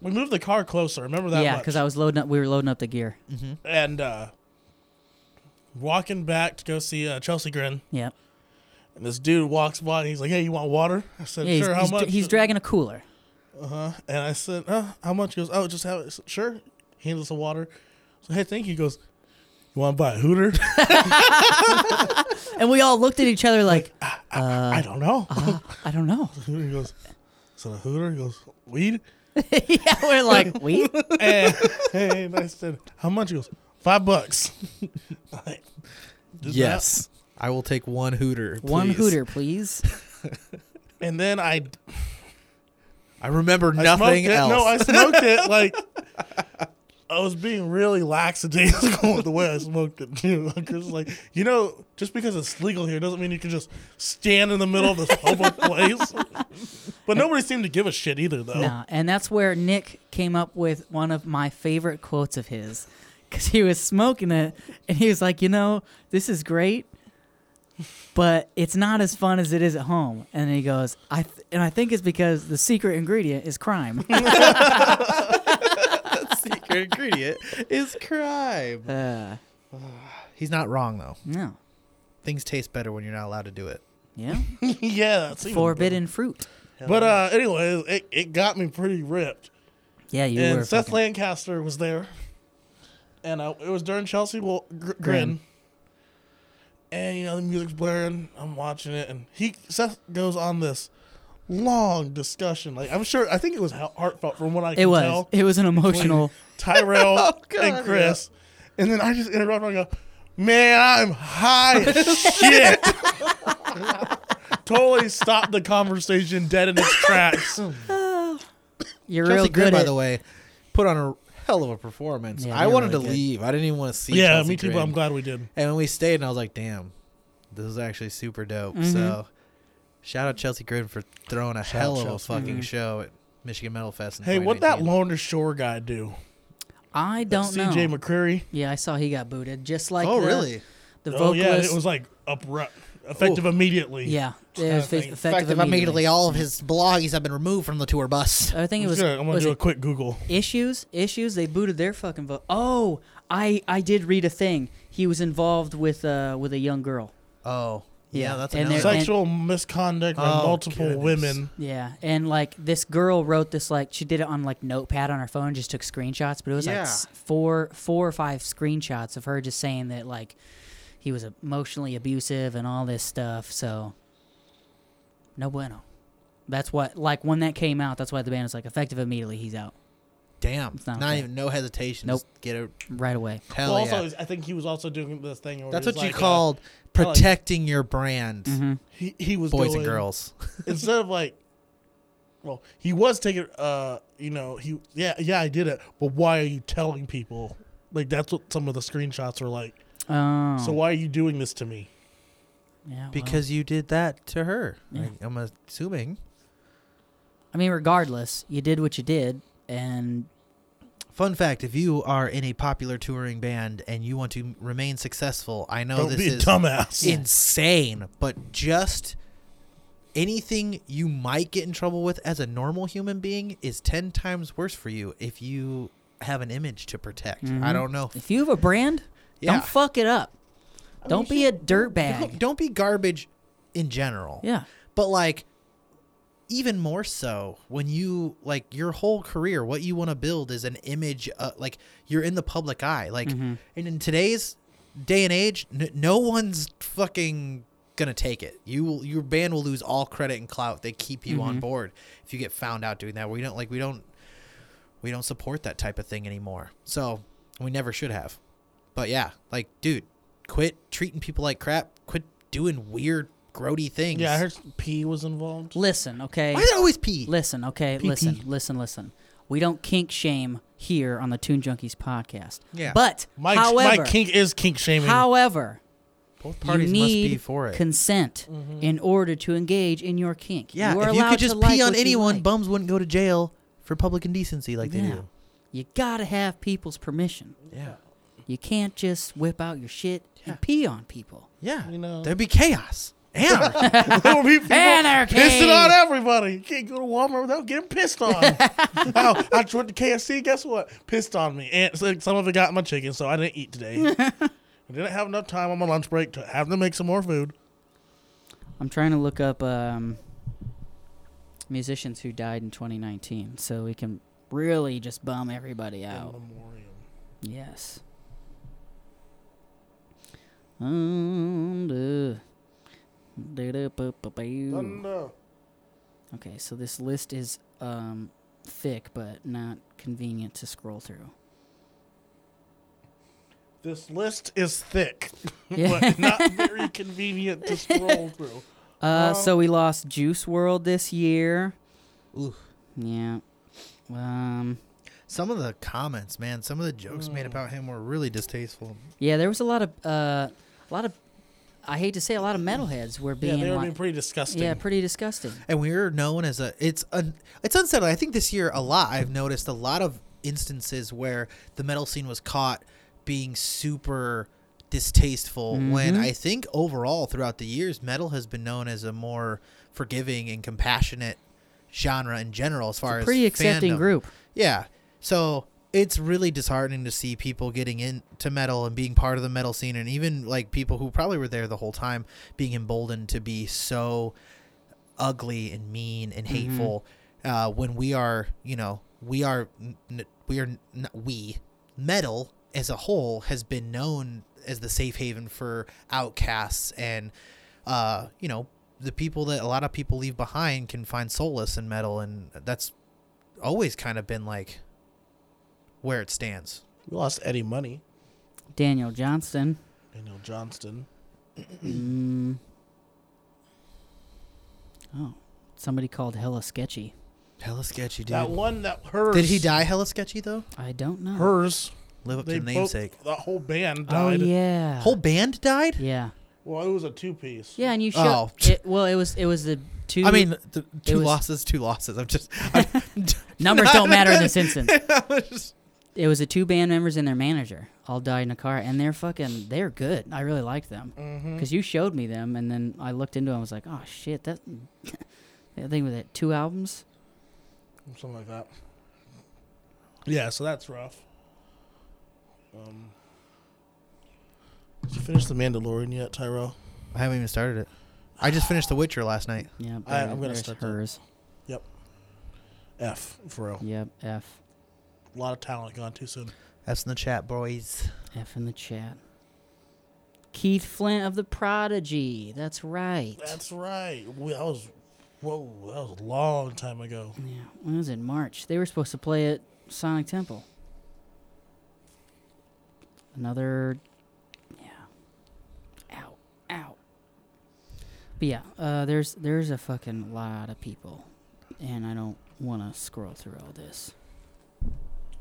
A: we moved the car closer. Remember that?
B: yeah,
A: much.
B: because I was loading up. We were loading up the gear.
A: and uh, walking back to go see uh, Chelsea Grin,
B: Yeah.
A: and this dude walks by and he's like, "Hey, you want water?" I said,
B: yeah he's,
A: "Sure."
B: he's,
A: how much?
B: he's dragging a cooler.
A: Uh-huh. And I said, uh, how much? He goes, oh, just have it. I said, Sure. Handles the water. So, hey, thank you. He goes, you You want to buy a Hooter?
B: And we all looked at each other like,
A: I don't know.
B: "Uh, I don't know.
A: he goes, is it a Hooter? He goes, weed?
B: yeah, we're like, we?
A: and, and I said, how much? He goes, five bucks. Like, just
D: Yes. I will take one Hooter.
B: One
D: please.
B: hooter, please.
A: that. And then I,
D: I remember
A: I
D: nothing
A: smoked
D: else.
A: It. No, I smoked it. Like, I was being really lackadaisical with the way I smoked it, too. Like, it's like, you know, just because it's legal here doesn't mean you can just stand in the middle of this public place. But nobody seemed to give a shit either, though.
B: Nah, and that's where Nick came up with one of my favorite quotes of his because he was smoking it and he was like, you know, this is great, but it's not as fun as it is at home. And he goes, I th- and I think it's because the secret ingredient is crime.
D: secret ingredient is crime.
B: uh,
D: He's not wrong though.
B: no,
D: Things taste better when you're not allowed to do it.
B: yeah,
A: yeah, that's even
B: forbidden fruit.
A: But uh, anyways, it, it got me pretty ripped.
B: Yeah, you were.
A: and Seth
B: fucking-
A: Lancaster was there, and uh, it was during Chelsea Wo- Gr- Grin.
B: Grin.
A: And you know the music's blaring. I'm watching it, and he Seth goes on this long discussion. Like I'm sure, I think it was he- heartfelt from what I
B: it
A: can
B: was.
A: tell.
B: It was an
A: between
B: emotional. Oh,
A: Tyrell
D: God,
A: and Chris, and then I just interrupt and I go, "Man, I'm high as shit." totally stopped the conversation dead in its tracks.
B: You're
D: Chelsea
B: real
D: Grin,
B: good
D: by
B: at-
D: the way, put on a hell of a performance.
B: Yeah,
D: I
B: they're
D: wanted
B: really
D: to
B: good.
D: leave. I didn't even want to see.
A: yeah,
D: Chelsea
A: me too. But
D: Grin.
A: I'm glad we did.
D: And when we stayed, and I was like, "Damn, this is actually super dope." So, shout out Chelsea Grin for throwing a
A: out
D: hell of a
A: Chelsea.
D: fucking show at Michigan Metal Fest. In
A: Hey, what that
D: 2019.
A: Loner Shore guy do?
B: I don't know.
A: CJ McCreary.
B: yeah, I saw he got booted. Just like
D: oh,
B: the,
D: really?
B: the
A: Oh
B: vocalist.
A: yeah, it was like upru- effective
D: Oh.
A: immediately.
B: Yeah, it
A: kinda
B: was
A: thing.
B: effective, effective immediately.
D: all of his belongings have been removed from the tour bus.
B: I think
A: I'm,
B: it was.
A: gonna, I'm gonna
B: was
A: do
B: it
A: a quick Google.
B: issues. Issues. They booted their fucking vote. Oh, I I did read a thing. He was involved with uh with a young girl.
D: Oh, yeah,
B: Yeah,
D: that's
B: and
D: another.
B: they're- and-
A: Sexual misconduct by
D: Oh,
A: multiple
D: goodness.
A: women.
B: Yeah, and like this girl wrote this like she did it on like notepad on her phone, just took screenshots, but it was like
D: Yeah.
B: s- four four or five screenshots of her just saying that like he was emotionally abusive and all this stuff. So no bueno. That's what like when that came out. That's why the band was like effective immediately. He's out
D: Damn,
B: It's
D: not,
B: not okay.
D: even no hesitation.
B: Nope.
D: Just get it.
B: right away.
D: Hell
A: well,
D: yeah.
A: also, I think he was also doing this thing. Where
D: that's
A: he was
D: what you
A: like, uh,
D: called
A: kinda like-
D: protecting your brand,
A: he, he was
D: boys and
A: going-
D: girls.
A: instead of like, well, he was taking. Uh, you know, he yeah yeah I did it, but why are you telling people? Like that's what some of the screenshots are like.
B: Oh,
A: So why are you doing this to me?
B: yeah, well.
D: Because you did that to her.
B: Yeah.
D: I, I'm assuming.
B: I mean, regardless, you did what you did, and
D: Fun fact: If you are in a popular touring band and you want to remain successful, I know
A: Don't
D: this
A: be a
D: is
A: dumbass.
D: insane, but just anything you might get in trouble with as a normal human being is ten times worse for you if you have an image to protect.
A: Mm-hmm.
D: I don't know.
B: if you have a brand,
D: Yeah.
B: don't fuck it up. don't be a dirtbag.
D: Don't, don't be garbage in general.
B: Yeah.
D: But like even more so when you like your whole career what you want to build is an image uh, like you're in the public eye like
A: Mm-hmm.
D: and in today's day and age n- no one's fucking gonna take it you will your band will lose all credit and clout they keep you
A: Mm-hmm.
D: on board if you get found out doing that we don't like we don't we don't support that type of thing anymore so we never should have but yeah like dude quit treating people like crap quit doing weird grody things
A: Yeah, I heard P was involved.
B: Listen, okay.
D: why is it always pee
B: Listen, okay.
A: PP.
B: Listen, listen, listen. We don't kink shame here on the Toon Junkies podcast.
D: Yeah.
B: But
A: My,
B: however,
A: my kink is kink shaming.
B: however,
D: Both
B: you need consent in order to engage in your kink.
D: Mm-hmm. yeah,
B: you are
D: if you
B: allowed
D: could
B: to
D: just pee
B: like
D: on
B: what you
D: anyone,
B: like.
D: bums wouldn't go to jail for public indecency like they
B: Yeah.
D: do.
B: you gotta have people's permission.
D: Yeah,
B: You can't just whip out your shit and pee on people.
D: yeah.
A: You know.
D: There'd be chaos. Anarchy.
A: there will be people
B: Anarchy!
A: pissing on everybody. You can't go to Walmart without getting pissed on. I, I went to KFC. Guess what? Pissed on me. And so some of it got in my chicken, so I didn't eat today. I didn't have enough time on my lunch break to have them make some more food.
B: I'm trying to look up um, musicians who died in 2019 so we can really just bum everybody out.
A: In memoriam.
B: Yes. Thunder. Da-da-ba-ba-boo.
A: Thunder.
B: Okay, so this list is um, thick but not convenient to scroll through.
A: This list is thick,
B: Yeah.
A: but not very convenient to scroll through.
B: Uh, so we lost Juice World this year.
D: Ooh.
B: Yeah. Um.
D: Some of the comments, man, some of the jokes
B: Mm.
D: made about him were really distasteful.
B: Yeah, there was a lot of uh, a lot of, I hate to say, a lot of metalheads were
A: Yeah,
B: being
A: they were
B: like-
A: being pretty disgusting.
B: yeah, pretty disgusting.
D: And we're known as a it's un, it's unsettling. I think this year a lot I've noticed a lot of instances where the metal scene was caught being super distasteful
B: Mm-hmm.
D: when I think overall throughout the years metal has been known as a more forgiving and compassionate genre in general as far as
B: Pretty accepting
D: fandom.
B: group.
D: Yeah. So it's really disheartening to see people getting into metal and being part of the metal scene, and even like people who probably were there the whole time being emboldened to be so ugly and mean and hateful uh, when we are, you know, we are, n- n- we are, n- n- we, metal as a whole has been known as the safe haven for outcasts and, uh, you know, the people that a lot of people leave behind can find solace in metal, and that's always kind of been like where it stands.
A: We lost Eddie Money,
B: Daniel Johnston.
A: Daniel Johnston.
B: Mm. Oh, somebody called hella sketchy.
D: Hella sketchy, dude.
A: That one that hers.
D: Did he die hella sketchy though?
B: I don't know.
A: Hers.
D: Live up
A: They
D: to the namesake.
A: Both, the whole band
B: oh
A: died.
B: yeah.
D: Whole band died.
B: yeah.
A: Well, it was a two piece.
B: Yeah, and you showed.
D: Oh.
B: It, well, it was it was the two.
D: I mean, th- two
B: was-
D: losses, two losses. I'm just I'm,
B: numbers don't matter in this instance.
D: I was just-
B: It was the two band members and their manager all died in a car, and they're fucking they're good. I really liked them
D: Mm-hmm.
A: Mm-hmm.
B: because you showed me them, and then I looked into them. I was like, oh shit, that that thing with that two albums.
A: Something like that. Yeah, so that's rough. Um, did you finish The Mandalorian yet, Tyro?
D: I haven't even started it. I just finished The Witcher last night.
B: Yeah,
A: I-
B: there-
A: I'm gonna
B: there's
A: start that.
B: hers.
A: F, for real.
B: Yep, F
A: A lot of talent gone too soon.
D: That's in the chat, boys.
B: F in the chat. Keith Flint of the Prodigy. That's right.
A: That's right. We, that was, whoa, that was a long time ago.
B: yeah, when was in March. They were supposed to play at Sonic Temple. Another, yeah. Ow, ow. But yeah, uh, there's there's a fucking lot of people, and I don't want to scroll through all this.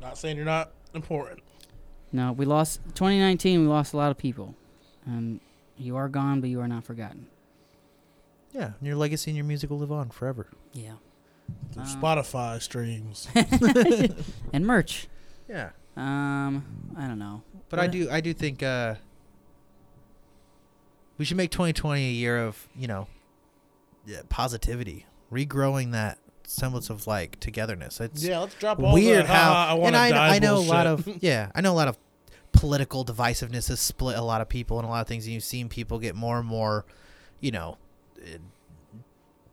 A: Not saying you're not important.
B: No, we lost 2019. We lost a lot of people, and you are gone, but you are not forgotten.
D: Yeah, and your legacy and your music will live on forever.
B: Yeah,
D: Uh.
A: Through
B: Um,
A: Spotify streams.
B: and merch.
D: Yeah,
B: Um, I don't know.
D: but I do I do think uh, we should make 2020 a year of you know yeah, positivity, regrowing that semblance of like togetherness. It's
A: yeah, let's drop all
D: weird
A: the,
D: how
A: "Ha, I want
D: and
A: to
D: I,
A: die
D: I know a lot
A: bullshit."
D: of yeah I know a lot of political divisiveness has split a lot of people and a lot of things and you've seen people get more and more you know eh,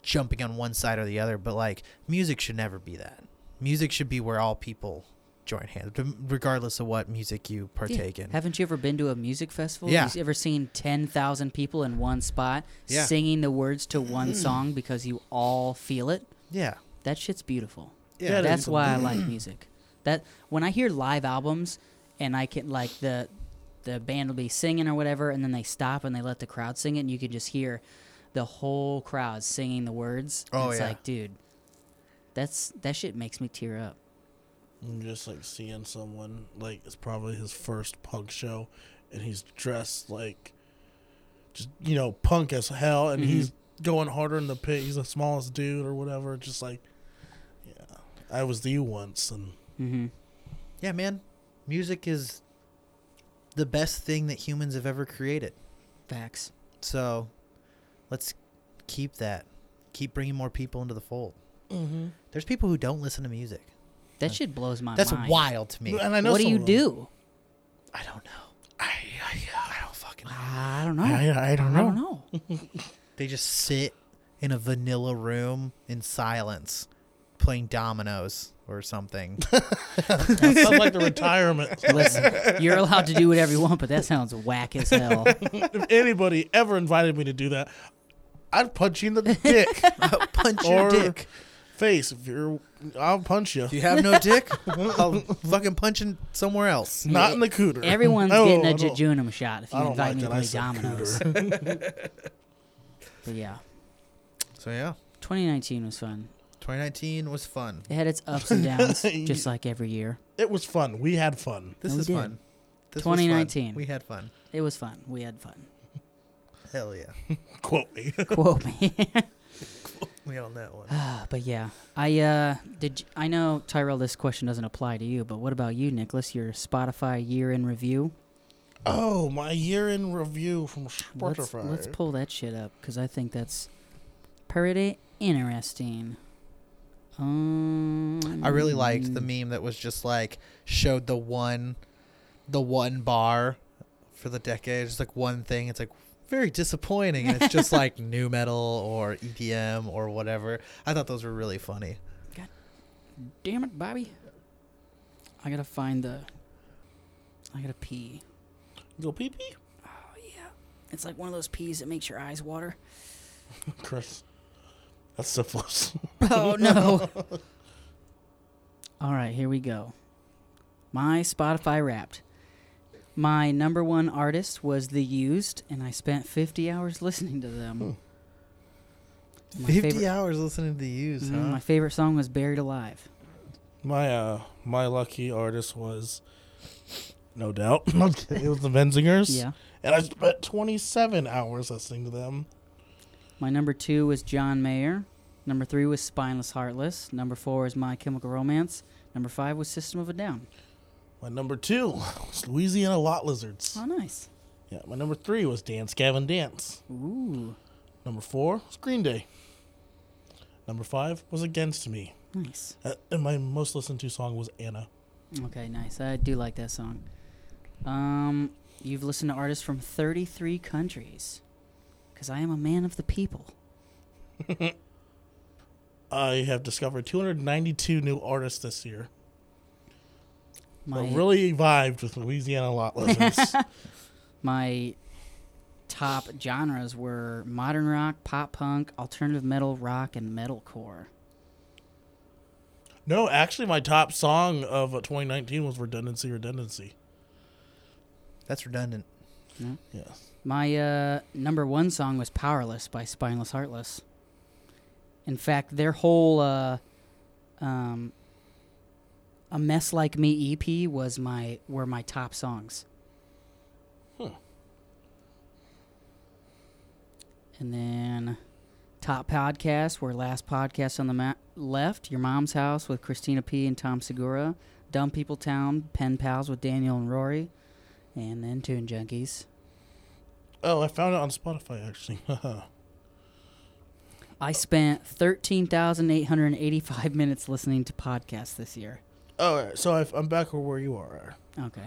D: jumping on one side or the other but like music should never be that music should be where all people join hands d- regardless of what music you
B: Yeah.
D: partake in
B: Haven't you ever been to a music festival?
D: Yeah.
B: You've ever seen 10,000 people in one spot
D: Yeah.
B: singing the words to one song because you all feel it?
D: yeah
B: That shit's beautiful.
D: yeah,
A: Yeah, it
B: That's
A: is.
B: why I like music. That when I hear live albums and I can like the the band will be singing or whatever and then they stop and they let the crowd sing it and you can just hear the whole crowd singing the words. and
D: Oh,
B: it's
D: yeah.
B: like, dude, that's that shit makes me tear up.
A: I'm just like seeing someone like it's probably his first punk show, and he's dressed like, just you know, punk as hell,
D: Mm-hmm.
A: and he's going harder in the pit. He's the smallest dude or whatever. Just like, yeah, I was the once, and
B: Mhm.
D: yeah man music is the best thing that humans have ever created
B: Facts.
D: So let's keep that. Keep bringing more people into the fold.
B: Mm-hmm.
D: There's people who don't listen to music.
B: That shit blows my
D: That's
B: mind.
D: wild to me.
A: and I know
B: What do you
A: some of them.
B: do?
D: I don't know. I, I, I don't fucking know.
B: I don't know.
A: I, I don't
B: I don't
A: know.
B: know.
D: They just sit in a vanilla room in silence, playing dominoes or something.
A: That sounds like the retirement.
B: Listen, you're allowed to do whatever you want, but that sounds whack as hell.
A: if anybody ever invited me to do that, I'd punch you in the dick
D: Oh, Punch
A: or
D: your dick.
A: face. If you're, I'll punch you.
D: If you have no dick, I'll fucking punch in somewhere else.
A: Not in the cooter.
B: Everyone's
A: No,
B: getting a
A: I don't-
B: jejunum shot if you
A: I don't
B: invite
A: like
B: me to
A: that. I
B: play
A: said
B: dominoes. but yeah,
D: So yeah,
B: 2019 was fun.
D: 2019 was fun.
B: It had its ups and downs, just like every year.
A: It was fun. We had fun.
D: This
B: No, we
D: is
B: did.
D: fun. This was fun.
B: 2019.
D: We had fun.
B: It was fun. We had fun.
D: Hell yeah.
A: Quote me.
B: Quote me.
D: We all know.
B: Ah, but yeah, I uh, did. j- I know Tyrell? This question doesn't apply to you, but what about you, Nicholas? Your Spotify year in review.
A: oh, my year in review from
B: Let's,
A: Spotify.
B: let's pull that shit up because I think that's pretty interesting. Um,
D: I really liked the meme that was just like showed the one, the one bar for the decade. It's like one thing. It's like very disappointing, and it's just like new metal or EDM or whatever. I thought those were really funny.
B: Damn it, Bobby! I gotta find the. I gotta pee. Oh,
A: Go pee pee,
B: It's like one of those peas that makes your eyes water.
A: Chris. That's syphilis.
B: Oh no! All right, here we go. My Spotify Wrapped. My number one artist was The Used, and I spent 50 hours listening to them. My
D: Hmm. Fifty
B: favorite,
D: hours listening to the use,
B: Mhm,
D: huh?
B: my favorite song was Buried Alive.
A: my uh, my lucky artist was, no doubt, it was the Benzingers.
B: Yeah.
A: And I spent 27 hours listening to them.
B: My number two was John Mayer. Number three was Spineless Heartless. Number four is My Chemical Romance. Number five was System of a Down.
A: My number two was Louisiana Lot Lizards.
B: Oh, nice.
A: Yeah. My number three was Dance Gavin Dance.
B: Ooh,
A: Number four was Green Day. Number five was Against Me.
B: nice.
A: Uh, and my most listened to song was Anna.
B: Okay, nice. I do like that song. Um, you've listened to artists from 33 countries. Because I am a man of the people.
A: I have discovered 292 new artists this year.
B: My,
A: I really vibed with Louisiana Lot Lizards.
B: my top genres were modern rock, pop punk, alternative metal, rock, and metalcore.
A: no, actually, my top song of uh, 2019 was Redundancy, Redundancy.
D: That's redundant.
A: Yeah.
B: My uh, number one song was Powerless by Spineless Heartless. In fact, their whole uh, um, A Mess Like Me EP was my were my top songs. And then top podcasts were Last Podcast on the Ma- Left, Your Mom's House with Christina P. and Tom Segura, Dumb People Town, Pen Pals with Daniel and Rory, and then Tune Junkies.
A: Oh, I found it on Spotify, actually. Oh,
B: I spent 13,885 minutes listening to podcasts this year.
A: oh, so I've, I'm back where you are.
B: Okay.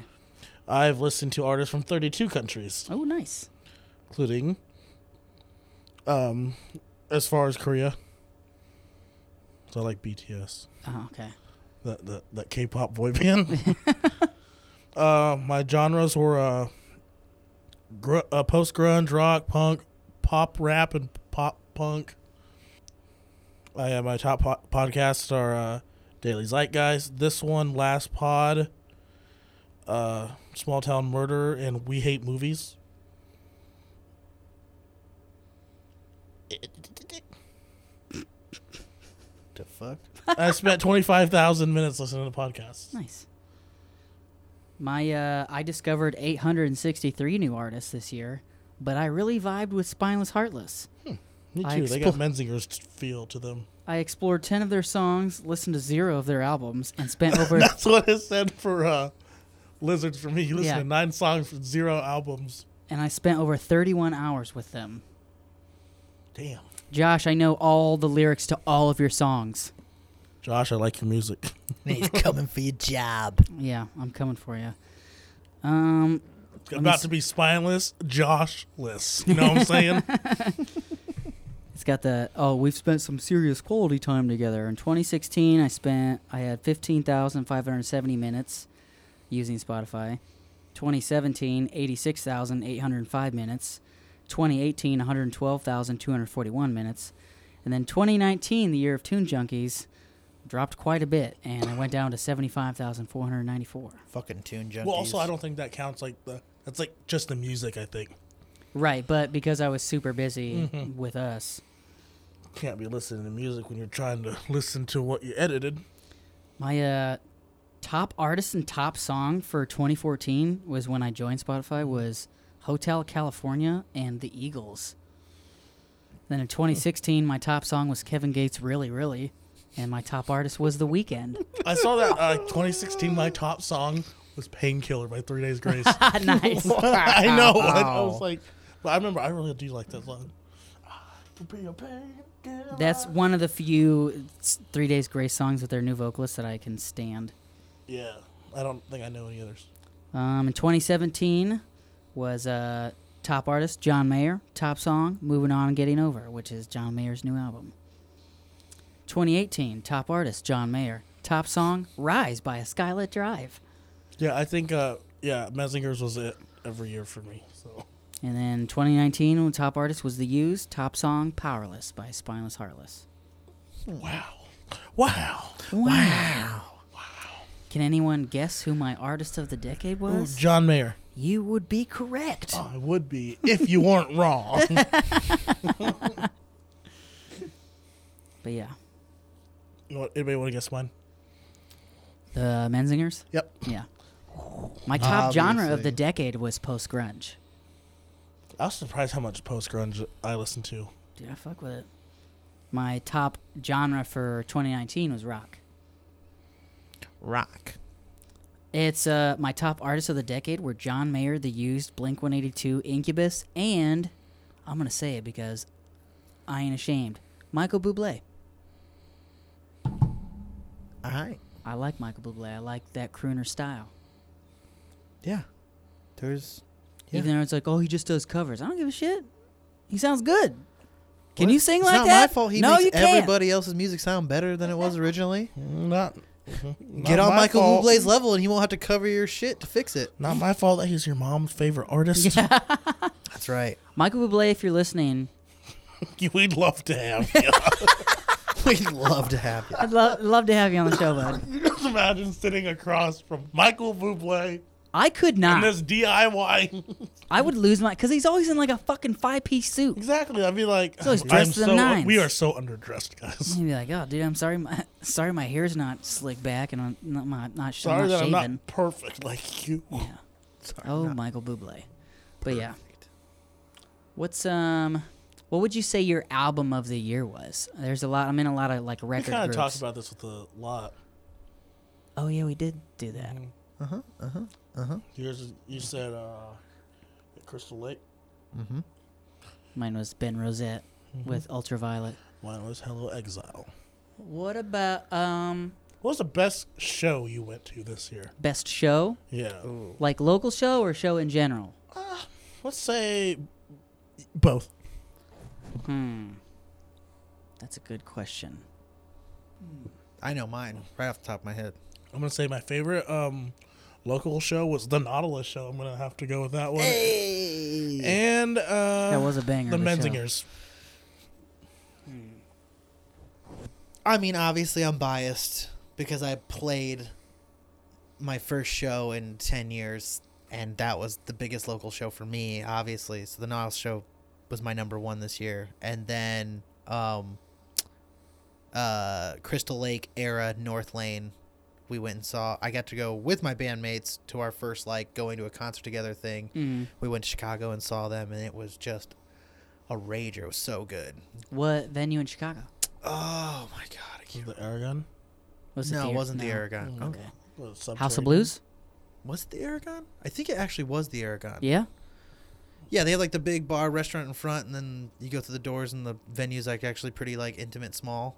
A: I've listened to artists from 32 countries,
B: Oh, nice.
A: including, um, as far as Korea. So I like BTS.
B: Oh, okay.
A: that that, that K-pop boy band. uh, my genres were uh, gr- uh, post grunge, rock, punk, pop, rap, and pop punk. I uh, my top po- podcasts are uh, Daily Zeitgeist, this one, Last Pod, uh, Small Town Murder, and We Hate Movies.
D: The fuck?
A: I spent twenty five thousand minutes listening to podcasts.
B: Nice. My uh, I discovered 863 new artists this year, but I really vibed with Spineless Heartless.
A: Me
B: I
A: too. they got
B: expl-
A: Menzinger's feel to them.
B: I explored 10 of their songs, listened to 0 of their albums, and spent over
A: That's what it said for uh, Lizards for me. You listen
B: Yeah.
A: to nine songs from zero albums.
B: and I spent over 31 hours with them.
A: Damn.
B: Josh, I know all the lyrics to all of your songs.
A: Josh, I like your music.
D: And he's coming for your job.
B: Yeah, I'm coming for you. Um,
A: About to be spineless, Joshless. You know what I'm saying?
B: It's got the oh, we've spent some serious quality time together. In 2016, I spent I had 15,570 minutes using Spotify. 2017, 86,805 minutes. 2018, 112,241 minutes. And then 2019, the year of Tune Junkies, dropped quite a bit and I went down to 75,494.
D: Fucking tune junkies.
A: Well, also, I don't think that counts like the. That's like just the music. I think
B: Right, but because I was super busy with us,
A: can't be listening to music when you're trying to listen to what you edited.
B: My uh, top artist and top song for 2014 was when I joined Spotify was Hotel California and The Eagles. Then in 2016, my top song was Kevin Gates' Really Really, and my top artist was The Weeknd.
A: I saw that uh, 2016. My top song was "Painkiller" by Three Days Grace.
B: Ah, nice.
A: I know. I, I was like, but I remember I really do like that song. I could be a painkiller.
B: That's one of the few s- Three Days Grace songs with their new vocalist that I can stand.
A: yeah. I don't think I know any others.
B: Um, in 2017 was uh, top artist John Mayer, top song "Moving On and Getting Over," which is John Mayer's new album. 2018 top artist John Mayer, top song "Rise" by Skylit Drive,
A: Yeah, I think. uh Yeah, Mezinger's was it every year for me. So
B: and then 2019 top artist was The Used, top song "Powerless" by Spineless Heartless.
A: wow, wow.
B: Wow. Can anyone guess who my artist of the decade
A: Ooh,
B: was?
A: John Mayer.
B: You would be correct.
A: I would be if you weren't wrong.
B: But yeah,
A: You want- Anybody want to guess mine?
B: the Menzingers.
A: Yep.
B: Yeah. My top genre of
D: Obviously.
B: the decade was post grunge.
A: I was surprised how much post grunge I listened to.
B: Dude, I fuck with it. My top genre for 2019 was rock.
D: rock.
B: It's uh my top artists of the decade were John Mayer, The Used, Blink 182, Incubus, and I'm gonna say it because I ain't ashamed. Michael Bublé.
D: All right.
B: I like Michael Bublé. I like that crooner style.
D: Yeah. There's. Yeah.
B: Even though it's like, oh, he just does covers. I don't give a shit. He sounds good. Can
D: What?
B: you sing
D: it's
B: like
D: not
B: that?
D: my fault. He
B: no,
D: makes
B: you can't.
D: everybody else's music sound better than it was originally.
A: Not.
D: Get on Michael
A: fault.
D: Bublé's level, and he won't have to cover your shit to fix it.
A: Not my fault that he's your mom's favorite artist.
D: That's right.
B: Michael Bublé, if you're listening,
A: We'd love to have you.
D: We'd love to have you.
B: I'd love love to have you on the show, bud.
A: Just imagine sitting across from Michael Bublé
B: I could
A: and
B: not.
A: this DIY.
B: I would lose my because he's always in like a fucking five piece suit.
A: exactly. I'd be like,
B: So he's
A: "I'm
B: dressed to the nines."
A: we are so underdressed, guys.
B: He'd be like, "Oh, dude, I'm sorry, my sorry, my hair's not slicked back, and I'm not my, not, sh-
A: Sorry
B: I'm not
A: that I'm
B: shaven."
A: not perfect like you.
B: yeah. oh, Michael Bublé. But yeah, what's um, what would you say your album of the year was? There's a lot. I'm in a lot of like
A: We
B: record
A: kind of
B: groups.
A: talked about this with a lot.
B: oh yeah, we did do that.
A: Mm-hmm. Yours, is- you said uh, Crystal Lake.
B: Mine was Ben Rosette
A: Mm-hmm.
B: with Ultraviolet.
A: Mine was Hello Exile.
B: What about um,
A: What was the best show you went to this year?
B: best show?
A: Yeah.
B: Like local show or show in general?
A: Let's say both.
B: Hmm. That's a good question.
D: I know mine right off the top of my head.
A: I'm gonna say my favorite um, local show was the Nautilus show. I'm gonna have to go with that one.
D: Hey.
A: And uh,
B: That was a banger
A: The
B: of a show.
A: Menzingers.
D: I mean, obviously, I'm biased because I played my first show in 10 years, and that was the biggest local show for me, obviously. So the Niles show was my number one this year. And then um, uh, Crystal Lake era North Lane, we went and saw. I got to go with my bandmates to our first, like, going to a concert together thing.
B: Mm.
D: We went to Chicago and saw them, and it was just a rager. It was so good.
B: What venue in Chicago?
D: Oh, my God. I can't
A: The Aragon.
B: Was
D: no,
B: the-
D: it wasn't the
B: no. Mm.
D: Aragon.
B: Okay.
A: Was it
B: House of
A: Subterranean?
B: Blues?
D: Was it the Aragon? I think it actually was the Aragon.
B: Yeah.
D: Yeah, they had like the big bar restaurant in front, and then you go through the doors, and the venue's like actually pretty like intimate, small.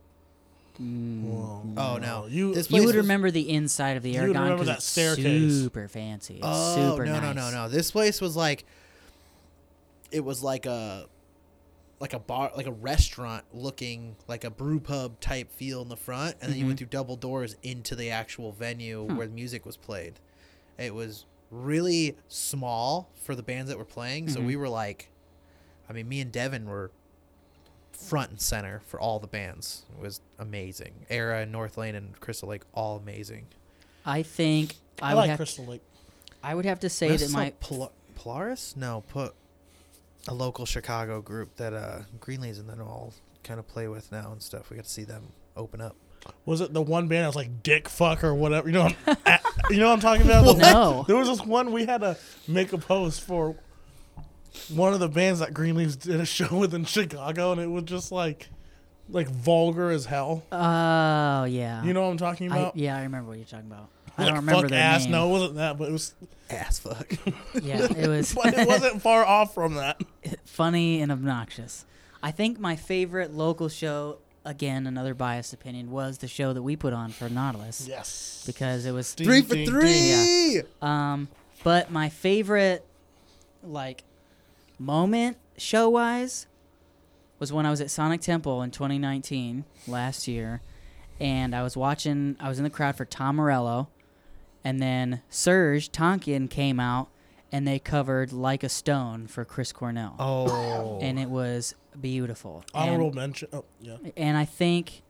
A: Whoa.
D: Oh no,
A: You-
D: This
B: Hmm. You
D: place
B: would
D: was-
B: remember the inside of the
A: You would
B: Aragon.
A: remember
B: 'cause
A: that
B: it's
A: staircase.
B: Super fancy. It's
D: Oh
B: super
D: no
B: nice.
D: no no no! This place was like, it was like a, like a bar, like a restaurant looking like a brew pub type feel in the front, and then you
B: Mm-hmm.
D: went through double doors into the actual venue
B: Hmm.
D: where the music was played. It was really small for the bands that were playing, so
B: Mm-hmm.
D: we were like, I mean, me and Devin were front and center for all the bands. It was amazing. Era and North Lane and Crystal Lake, all amazing.
B: I think I,
A: I,
B: would
A: like
B: have
A: Crystal Lake.
B: I would have to say
D: This
B: that
D: is
B: my
D: a Pol- Polaris? No, put a local Chicago group that uh Greenlee's and then all kind of play with now and stuff. We got to see them open up.
A: Was it the one band that was like dick fuck or whatever? You know, what I'm, you know what I'm talking about. The-
B: No.
A: there was this one we had to make a post for one of the bands that Greenleaves did a show with in Chicago, and it was just like like vulgar as hell.
B: oh yeah,
A: You know what I'm talking
B: I,
A: about?
B: yeah, I remember what you're talking about. I
A: Like,
B: don't remember
A: fuck
B: their
A: ass.
B: name.
A: No, it wasn't that, but it was.
D: Ass fuck.
B: Yeah, it was
A: But it wasn't far off from that.
B: funny and obnoxious. I think my favorite local show, again, another biased opinion, was the show that we put on for Nautilus
A: Yes.
B: because it was
A: Ding,
D: three for
A: ding,
D: three.
B: ding, Um, but my favorite, like, moment show wise was when I was at Sonic Temple in 2019, last year, and I was watching, I was in the crowd for Tom Morello, and then Serge Tonkin came out and they covered Like a Stone for Chris Cornell.
D: Oh.
B: And it was beautiful. And-
A: Honorable mention. Oh, yeah.
B: and I think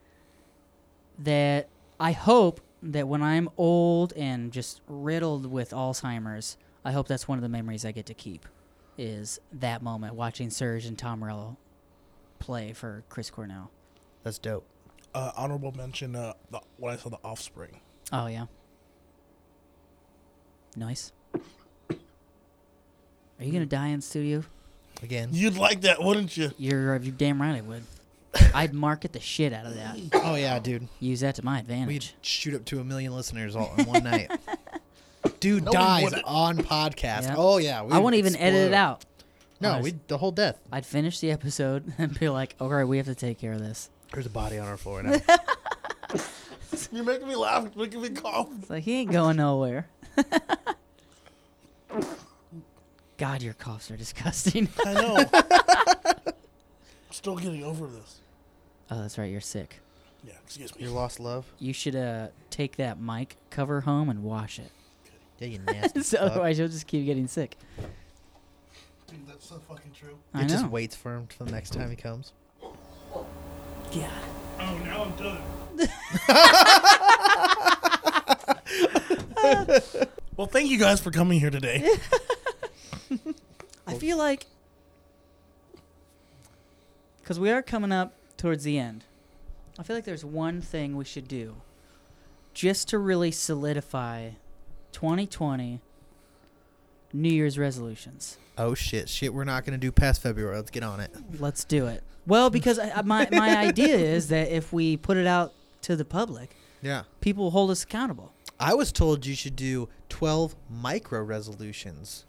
B: that I hope that when I'm old and just riddled with Alzheimer's, I hope that's one of the memories I get to keep is that moment watching Serge and Tom Morello play for Chris Cornell.
D: That's dope.
A: Uh, honorable mention. Uh, the, when I saw the Offspring.
B: Oh yeah. Nice. Are you gonna die in studio?
D: Again.
A: You'd like that, wouldn't you?
B: You're you're damn right I would. I'd market the shit out of that.
D: Oh yeah, dude.
B: Use that to my advantage.
D: We'd shoot up to a million listeners all in one night. Dude
A: No, we
D: dies
A: wouldn't.
D: on podcast.
B: Yeah.
D: Oh yeah.
B: I
D: we'd
B: wouldn't even edit it
D: explode.
B: out.
D: No,
B: Honest-
D: we the whole death.
B: I'd finish the episode and be like, "All right, we have to take care of this."
D: There's a body on our floor now.
A: You're making me laugh. You're making me cough.
B: It's like he ain't going nowhere. God, your coughs are disgusting.
A: I know. Still getting over this.
B: oh, that's right, you're sick.
A: Yeah, excuse me.
D: Your lost love.
B: You should uh take that mic cover home and wash it.
D: Yeah, you nasty.
B: so
D: fuck.
B: otherwise, you'll just keep getting sick.
A: Dude, that's so fucking true.
B: I
D: It
B: know.
D: just waits for him for the next time he comes.
B: God.
A: Oh, now I'm done. well, thank you guys for coming here today.
B: I feel like because we are coming up towards the end. I feel like there's one thing we should do just to really solidify 2020 New Year's resolutions.
D: Oh shit, shit, we're not gonna do past February. Let's get on it.
B: Let's do it. Well, because I, I- my my idea is that if we put it out to the public,
D: Yeah.
B: people will hold us accountable.
D: I was told you should do twelve micro resolutions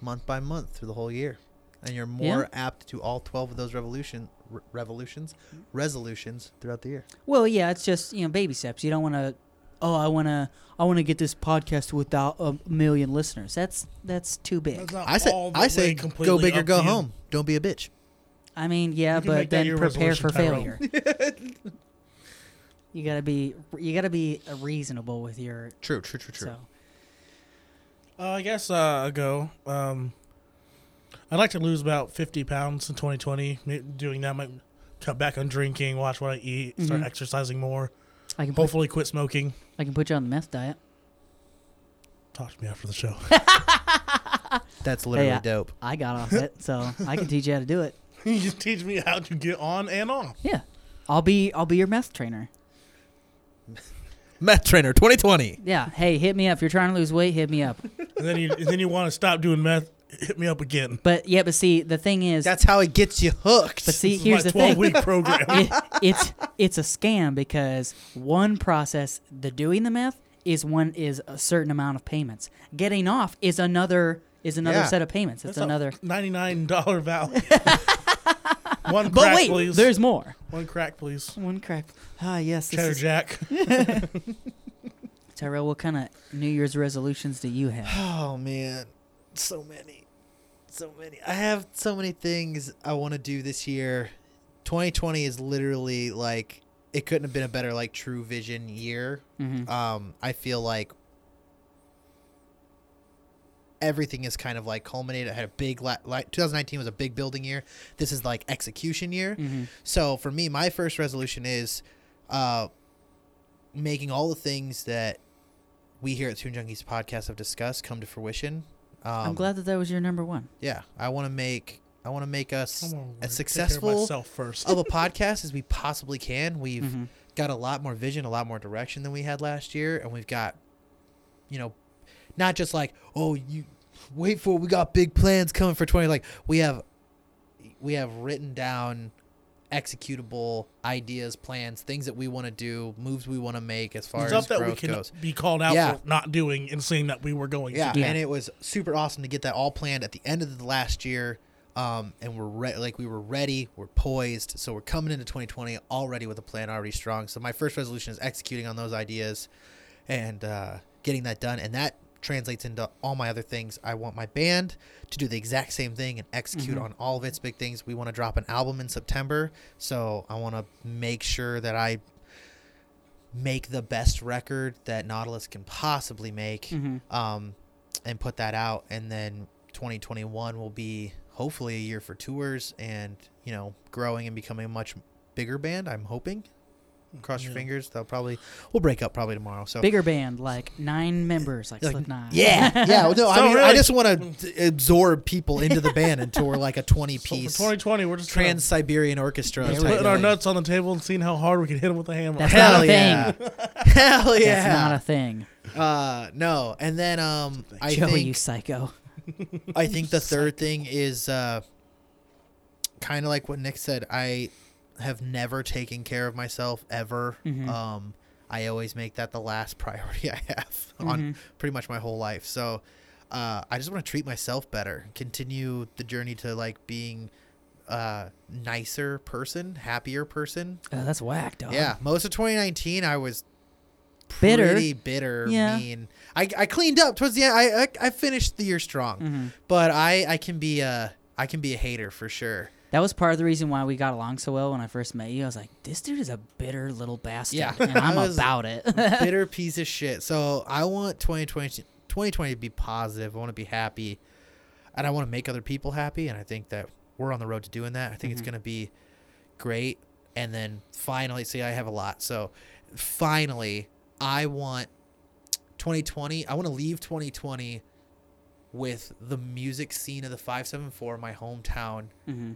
D: month by month through the whole year. And you're more apt to all twelve of those revolution re- revolutions resolutions throughout the year.
B: Well, yeah, it's just you know baby steps. You don't want to. Oh, I want to. I want to get this podcast without a million listeners. That's that's too big.
A: That's not
D: I say
A: Uh, all the
D: I
A: way
D: say go
A: completely
D: big or
A: up
D: go
A: to you.
D: home. Don't be a bitch.
B: I mean, yeah,
A: You can
B: but
A: make that
B: then
A: your
B: prepare
A: resolution,
B: for
A: Tyrone.
B: failure. you gotta be you gotta be uh, reasonable with your
D: True, true, true, true.
B: so.
A: Uh, I guess uh, I'll go. Um, I'd like to lose about 50 pounds in 2020. May- Doing that might cut back on drinking, watch what I eat, start
B: Mhm.
A: exercising more,
B: I can put,
A: hopefully quit smoking.
B: I can put you on the meth diet.
A: Talk to me after the show.
D: That's literally
B: I-
D: dope.
B: I got off it, so I can teach you how to do it.
A: you just teach me how to get on and off.
B: Yeah, I'll be I'll be your meth trainer.
D: Meth Trainer 2020.
B: Yeah. Hey, hit me up if you're trying to lose weight. Hit me up.
A: And then you and then you want to stop doing meth, hit me up again.
B: But yeah, but see, the thing is,
D: That's how it gets you hooked.
B: but see,
A: This is
B: here's
A: my
B: the thing.
A: week program.
B: it, it's it's a scam because one process, the doing the meth, is one is a certain amount of payments. Getting off is another is another
D: Yeah.
B: set of payments. It's another.
A: ninety nine dollar value. One crack,
B: But wait,
A: please.
B: there's more.
A: one crack, please.
B: One crack. Ah, yes. This
A: Cheddar
B: is,
A: Jack.
B: Tyrell, what kind of New Year's resolutions do you have?
D: Oh man, so many. so many. I have so many things I want to do this year. 2020 is literally like it couldn't have been a better like true vision year.
B: Mm-hmm.
D: Um, I feel like everything is kind of like culminated. I had a big la- like 2019 was a big building year. This is like execution year.
B: Mm-hmm.
D: So for me, my first resolution is uh, making all the things that we here at Toon Junkies podcast have discussed come to fruition. Um,
B: I'm glad that that was your number one.
D: yeah, I want to make I want to make us
A: I'm gonna take care
D: as
A: of
D: successful
A: myself first. Mm-hmm.
D: of a podcast as we possibly can. We've
B: Mhm.
D: got a lot more vision, a lot more direction than we had last year, and we've got, you know, not just like oh you wait for it, we got big plans coming for twenty. Like we have, we have written down executable ideas, plans, things that we want to do, moves we want to make as far
A: Stuff
D: as
A: that
D: growth
A: we can
D: goes.
A: be called out
D: Yeah.
A: for not doing and saying that we were going
D: Yeah,
A: to.
B: Yeah.
D: and it was super awesome to get that all planned at the end of the last year. Um, and we're re- like we were ready, we're poised, so we're coming into 2020 already with a plan already strong. So my first resolution is executing on those ideas and uh, getting that done, and that translates into all my other things. I want my band to do the exact same thing and execute on all of its big things. We want to drop an album in September, so I want to make sure that I make the best record that Nautilus can possibly make
B: Mm-hmm.
D: um, and put that out. And then 2021 will be hopefully a year for tours and, you know, growing and becoming a much bigger band. I'm hoping. Cross your
A: Yeah.
D: fingers. They'll probably, we'll break up probably tomorrow. So,
B: Bigger band, like nine members, like,
D: Like,
B: Slipknot.
D: yeah. Yeah. No, I
A: So
D: mean, I
A: really-
D: just want to absorb people into the band and tour like a 20
A: So for
D: piece
A: 2020, we're just
D: Trans
A: trans
D: Siberian Orchestra.
B: Yeah,
D: type
A: putting our
D: thing.
A: nuts on the table and seeing how hard we can hit them with a hammer.
B: That's
D: Hell
B: not a
D: yeah.
B: thing.
D: Hell yeah.
B: That's not a thing.
D: Uh, no. And then, um, I
B: Joey,
D: think
B: you psycho.
D: I think the third thing is uh, kind of like what Nick said. I have never taken care of myself ever.
B: Mm-hmm.
D: Um, I always make that the last priority I have
B: Mm-hmm.
D: on pretty much my whole life. So uh, I just want to treat myself better, continue the journey to like being a nicer person, happier person.
B: Oh, that's whack, dog.
D: Yeah, most of 2019 I was
B: Bitter.
D: pretty bitter,
B: Yeah.
D: mean. I, I cleaned up towards the end. I I, I finished the year strong,
B: Mm-hmm.
D: but I I can be a I can be a hater for sure.
B: That was part of the reason why we got along so well when I first met you. I was like, this dude is a bitter little bastard.
D: Yeah.
B: And I'm
D: I was-
B: about it.
D: bitter piece of shit. So I want 2020 2020 to be positive. I want to be happy, and I want to make other people happy. And I think that we're on the road to doing that. I think it's gonna be great. And then finally, see, I have a lot. So finally, I want 2020. I want to leave 2020 with the music scene of the 574, my hometown,
B: Mm-hmm.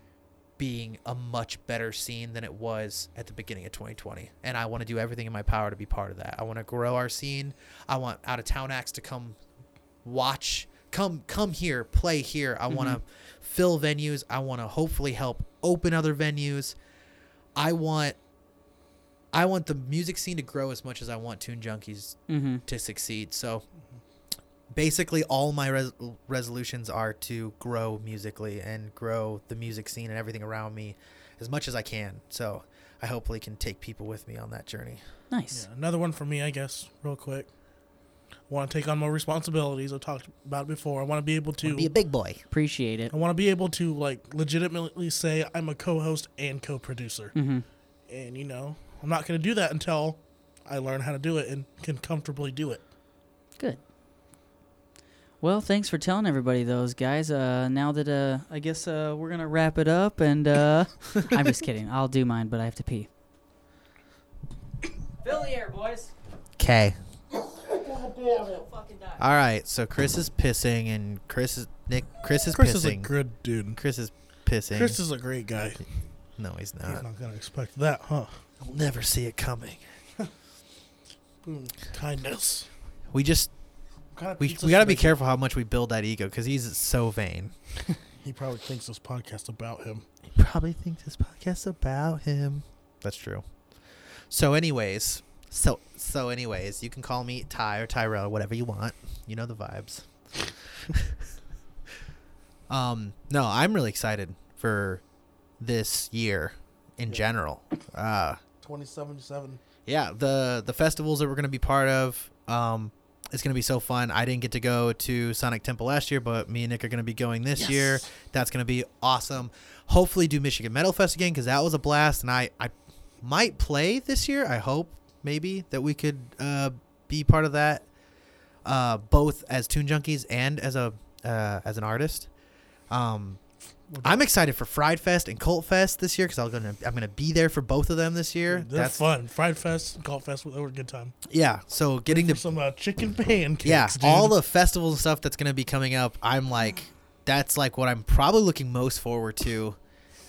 D: being a much better scene than it was at the beginning of 2020. And I want to do everything in my power to be part of that. I want to grow our scene. I want out of town acts to come watch, come come here, play here. I want to fill venues. I want to hopefully help open other venues. I want I want the music scene to grow as much as I want Toon Junkies
B: Mm-hmm.
D: to succeed. So basically all my res- resolutions are to grow musically and grow the music scene and everything around me as much as I can. So I hopefully can take people with me on that journey.
B: nice.
A: Yeah, another one for me, I guess, real quick. I want to take on more responsibilities. I talked about it before. I want to be able to.
D: Be a big boy.
B: Appreciate it.
A: I want to be able to like legitimately say I'm a co-host and co-producer,
B: Mm-hmm.
A: and you know I'm not going to do that until I learn how to do it and can comfortably do it.
B: Good. Well, thanks for telling everybody those guys. Uh, now that uh, I guess uh, we're gonna wrap it up, and uh, I'm just kidding. I'll do mine, but I have to pee. Fill the air, boys.
D: Okay. All right. So Chris is pissing and Chris is Nick. Chris is
A: Chris is a
D: pissing.
A: good dude.
D: Chris is pissing.
A: Chris is a great guy.
D: no, he's not.
A: He's not going to expect that, huh?
D: You'll never see it coming.
A: Boom. Kindness.
D: We just
A: What kind of
D: we,
A: pizza
D: we gotta
A: should
D: be
A: I get?
D: careful how much we build that ego because he's so vain.
A: He probably thinks this podcast about him.
D: He probably thinks this podcast's about him. That's true. So, anyways, so so anyways, you can call me Ty or Tyrell, whatever you want. You know the vibes. um, no, I'm really excited for this year in general. Uh,
A: 2077.
D: yeah, the the festivals that we're gonna be part of. Um, It's going to be so fun. I didn't get to go to Sonic Temple last year, but me and Nick are going to be going this
A: Yes.
D: year. That's going to be awesome. Hopefully, do Michigan Metal Fest again because that was a blast. And I, I might play this year. I hope maybe that we could uh, be part of that, uh, both as Tune Junkies and as a uh, as an artist. Um, I'm excited for Fried Fest and Cult Fest this year because I'm gonna I'm gonna be there for both of them this year.
A: They're fun. Fried Fest, Golf Fest, they were a good time.
D: yeah. So getting to
A: Some uh, chicken pancakes.
D: yeah
A: dude.
D: all the festivals and stuff that's gonna be coming up i'm like that's like what i'm probably looking most forward to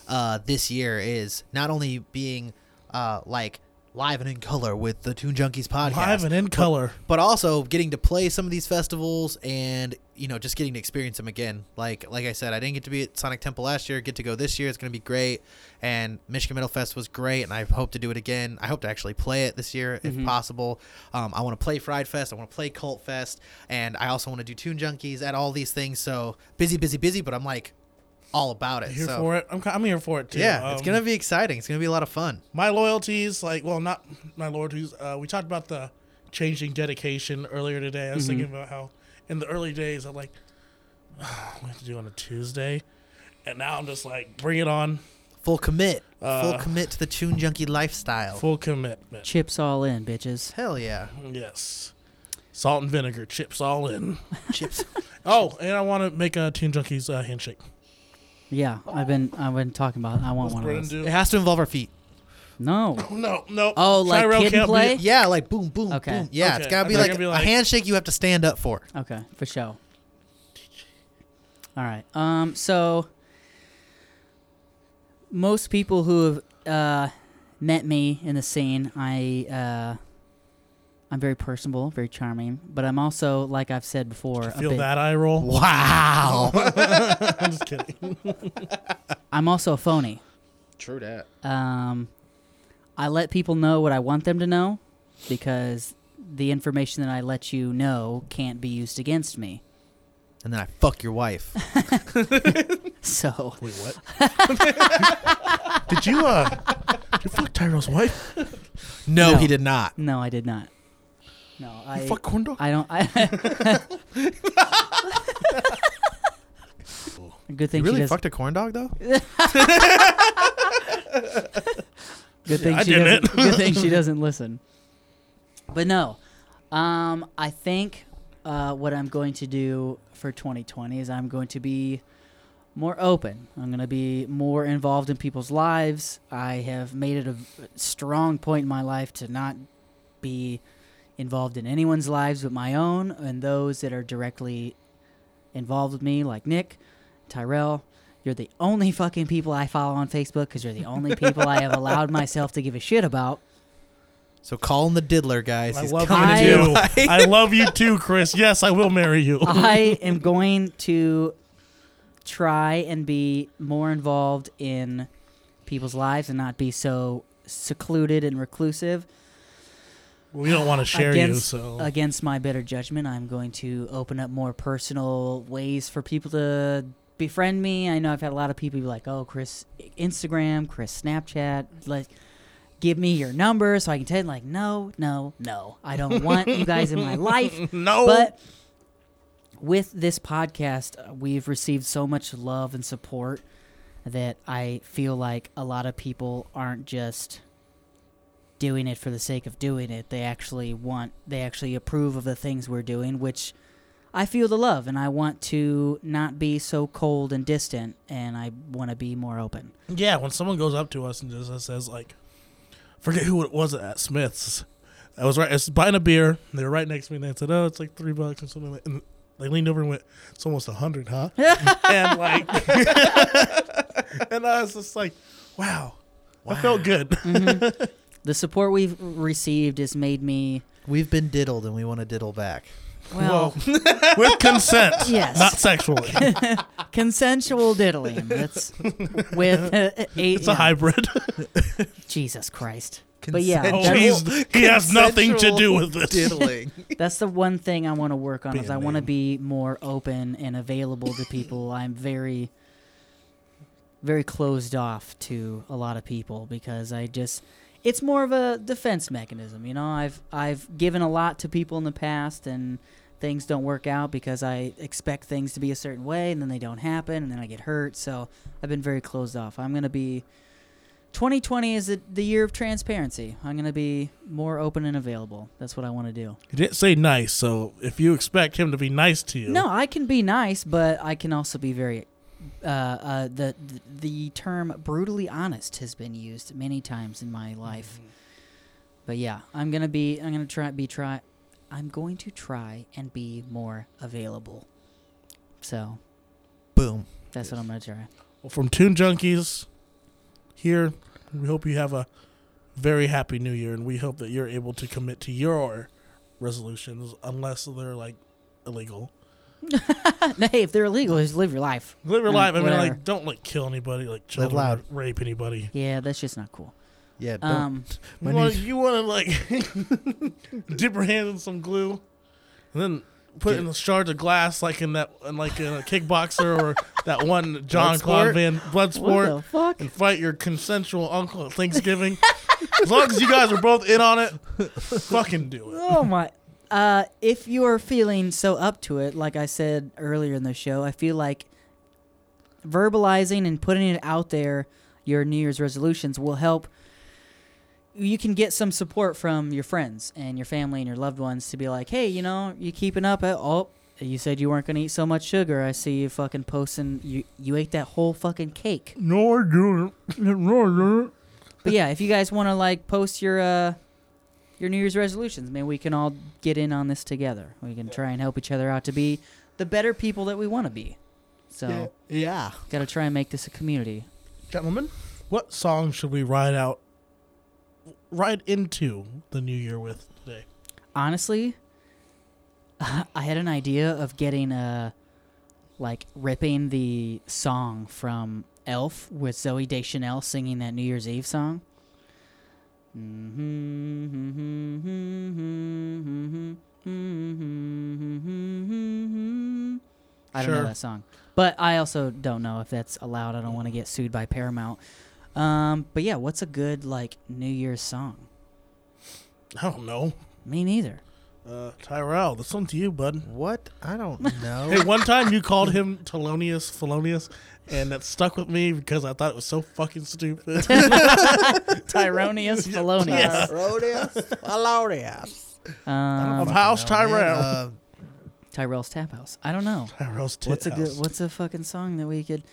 D: uh this year is not only being uh like live and in color with the Toon Junkies podcast
A: live and in color.
D: but also getting to play some of these festivals and you know just getting to experience them again like like i said i didn't get to be at sonic temple last year get to go this year it's going to be great and michigan metal fest was great and i hope to do it again i hope to actually play it this year
A: Mm-hmm.
D: if possible um, i want to play fried fest i want to play cult fest and i also want to do tune junkies at all these things so busy busy busy but i'm like all about it
A: Here
D: uh, so
A: for it. I'm, ki- I'm here for it too.
D: yeah it's
A: Um,
D: going to be exciting it's going to be a lot of fun
A: my loyalties like well not my loyalties uh, we talked about the changing dedication earlier today i was thinking about how in the early days i'm like "Ah, we have to do it on a tuesday and now i'm just like bring it on
D: full commit
A: Uh,
D: full commit to the tune junkie lifestyle
A: full commitment
B: Chips all in, bitches.
D: hell yeah
A: yes salt and vinegar chips all in
D: chips
A: oh and i want to make a teen junkies uh, handshake
B: Yeah, I've been I've been talking about. I want
A: What's
B: one
A: Brennan
B: of those.
A: do?
D: It has to involve our feet.
B: No,
A: no no
B: Oh, like
A: Tyrell
B: kid
A: can't be-
B: play?
D: Yeah, like boom, boom,
B: Okay.
D: boom. Yeah, it's
A: Okay,
D: gotta
A: I
D: be
A: thought
D: like,
A: it'd be
D: a
A: like-
D: handshake you have to stand up for.
B: okay, for sure. All right. Um. So most people who have uh, met me in the scene, I uh, I'm very personable, very charming, but I'm also, like I've said before, a
A: feel
B: big-
A: that eye roll
D: Wow.
A: i'm just kidding
B: I'm also a phony.
D: True that.
B: Um, I let people know what I want them to know because the information that I let you know can't be used against me.
D: And then I fuck your wife.
B: So
A: wait what did you uh did you fuck tyrell's wife
D: No,
B: No.
D: he did not.
B: no, I did not. No, I
A: you fuck corn dog
B: I don't. I good
D: You
B: thing she
D: really
B: does.
D: fucked a corn dog though?
B: Good thing
A: I
B: she
A: didn't.
B: doesn't. good thing she doesn't listen. But no, um, I think uh, what I'm going to do for 2020 is I'm going to be more open. I'm going to be more involved in people's lives. I have made it a v- strong point in my life to not be involved in anyone's lives but my own and those that are directly involved with me, like Nick, Tyrell. You're the only fucking people I follow on Facebook because you're the only people I have allowed myself to give a shit about.
D: So call him the diddler, guys.
A: I
D: He's
A: love
D: coming
B: I-
D: to your
A: you
D: life.
A: too. I love you too, Chris. Yes, I will marry you.
B: I am going to try and be more involved in people's lives and not be so secluded and reclusive.
A: we don't want to share you,
B: against,
A: so
B: against my better judgment, I'm going to open up more personal ways for people to befriend me. I know I've had a lot of people be like, "Oh, Chris, Instagram, Chris, Snapchat, like." Give me your number so I can tell you, like, no, no, no. I don't want you guys in my life.
A: no.
B: But with this podcast, uh, we've received so much love and support that I feel like a lot of people aren't just doing it for the sake of doing it. They actually want, they actually approve of the things we're doing, which I feel the love and I want to not be so cold and distant and I want to be more open.
A: yeah, when someone goes up to us and just says like, forget who it was at Smith's. I was right. I was buying a beer. They were right next to me, and they said, "Oh, it's like three bucks or something." Like, and they leaned over and went, "It's almost a hundred, huh?" and like, and I was just like, "Wow, I felt good."
B: The support we've received has made me,
D: We've been diddled and we want to diddle back.
B: well,
A: With consent,
B: Yes.
A: not sexually.
B: consensual diddling. That's with uh, eight.
A: It's a hybrid.
B: Jesus Christ. But yeah,
D: Consent-
B: that's-
A: Jeez, he has nothing to
D: Consensual
A: do with this.
D: Diddling.
B: That's the one thing I want to work on
A: Be
B: is
A: a
B: I want to
A: man.
B: be more open and available to people. I'm very very closed off to a lot of people because I just it's more of a defense mechanism. You know, I've I've given a lot to people in the past, and things don't work out because I expect things to be a certain way, and then they don't happen, and then I get hurt. So I've been very closed off. I'm gonna be. 2020 is the, the year of transparency. I'm gonna be more open and available. That's what I want to do.
A: He didn't say nice, so if you expect him to be nice to you,
B: No, I can be nice, but I can also be very. Uh, uh, the the term brutally honest has been used many times in my life, but yeah, I'm gonna be I'm gonna try be try, I'm going to try and be more available. So
D: Boom.
B: that's what I'm gonna try.
A: Well, from Toon Junkies here, we hope you have a very happy new year, and we hope that you're able to commit to your resolutions, unless they're like illegal.
B: hey, if they're illegal, just live your life.
A: Live your
B: Uh,
A: life. I mean,
B: whatever.
A: like, don't like kill anybody, like children,
D: loud.
A: or rape anybody.
B: Yeah, that's just not cool.
D: Yeah. Don't.
B: Um,
D: When
A: well,
D: you-
A: you want to like dip your hand in some glue, and then put it in shards of glass, like in that, in like in a kickboxer or that one John Claude
D: Bloodsport?
A: Van
B: what
A: Bloodsport,
B: the fuck?
A: and fight your consensual uncle at Thanksgiving. as long as you guys are both in on it, fucking do it.
B: Oh my. Uh, if you are feeling so up to it, like I said earlier in the show, I feel like verbalizing and putting it out there, your New Year's resolutions will help. You can get some support from your friends and your family and your loved ones to be like, hey, you know, you keeping up? At, oh, you said you weren't going to eat so much sugar. I see you fucking posting. You, you ate that whole fucking cake.
A: No, I do it. No, I do it.
B: But yeah, if you guys want to like post your uh your New Year's resolutions, maybe we can all get in on this together. We can try and help each other out to be the better people that we want to be. So
D: yeah.
B: gotta try and make this a community.
A: Gentlemen, what song should we ride out, ride into the new year with today?
B: Honestly, I had an idea of getting uh like ripping the song from Elf with Zoe Deschanel singing that New Year's Eve song. Mm-hmm. I don't
A: Sure.
B: know that song. But I also don't know if that's allowed. I don't want to get sued by Paramount. Um, but yeah, what's a good like New Year's song?
A: I don't know.
B: Me neither.
A: Uh, Tyrell, this one's you, bud.
D: What? I don't
A: Hey,
D: know.
A: one time you called him Thelonious Felonious, and that stuck with me because I thought it was so fucking stupid.
B: Tyronius Felonius.
D: Herodias. Valorias.
B: Um,
A: of House
D: No, man,
A: Tyrell.
D: uh,
B: Tyrell's Tap House. I don't know.
A: Tyrell's tit
B: What's a good?
A: house.
B: What's a fucking song that we could?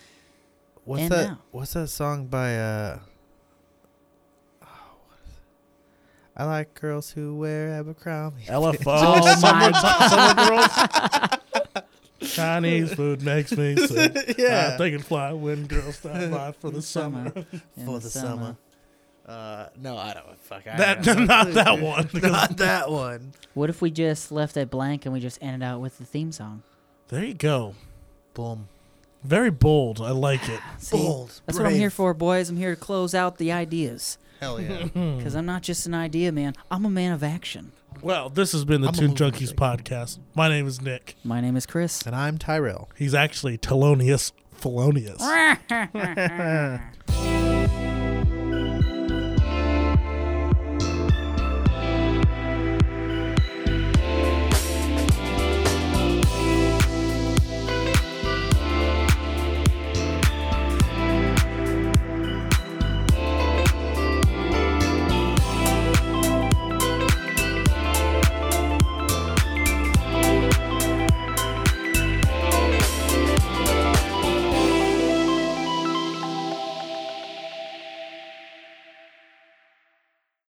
D: what's
B: And
D: that?
B: now.
D: What's that song by? uh oh, what is it? I like girls who wear Abercrombie.
A: LFO.
B: Oh my
A: summer, summer girls. Chinese food makes me sick.
D: Yeah.
A: I think it fly when girls stop by for the summer.
B: In
D: For the summer. Uh, no, I don't. Fuck. I
A: That
D: don't know.
A: not that one.
D: Not that one.
B: What if we just left that blank and we just ended out with the theme song?
A: There you go.
D: Boom.
A: Very bold. I like it.
B: See,
D: Bold,
B: That's what I'm here
D: brave.
B: for, boys. I'm here to close out the ideas
D: Hell yeah.
B: because I'm not just an idea man. I'm a man of action.
A: Well, this has been the
D: I'm a
A: Toon
D: movie
A: Junkies podcast. My name is Nick.
B: My name is Chris.
D: and I'm Tyrell.
A: He's actually Thelonious Felonious.
B: Bye.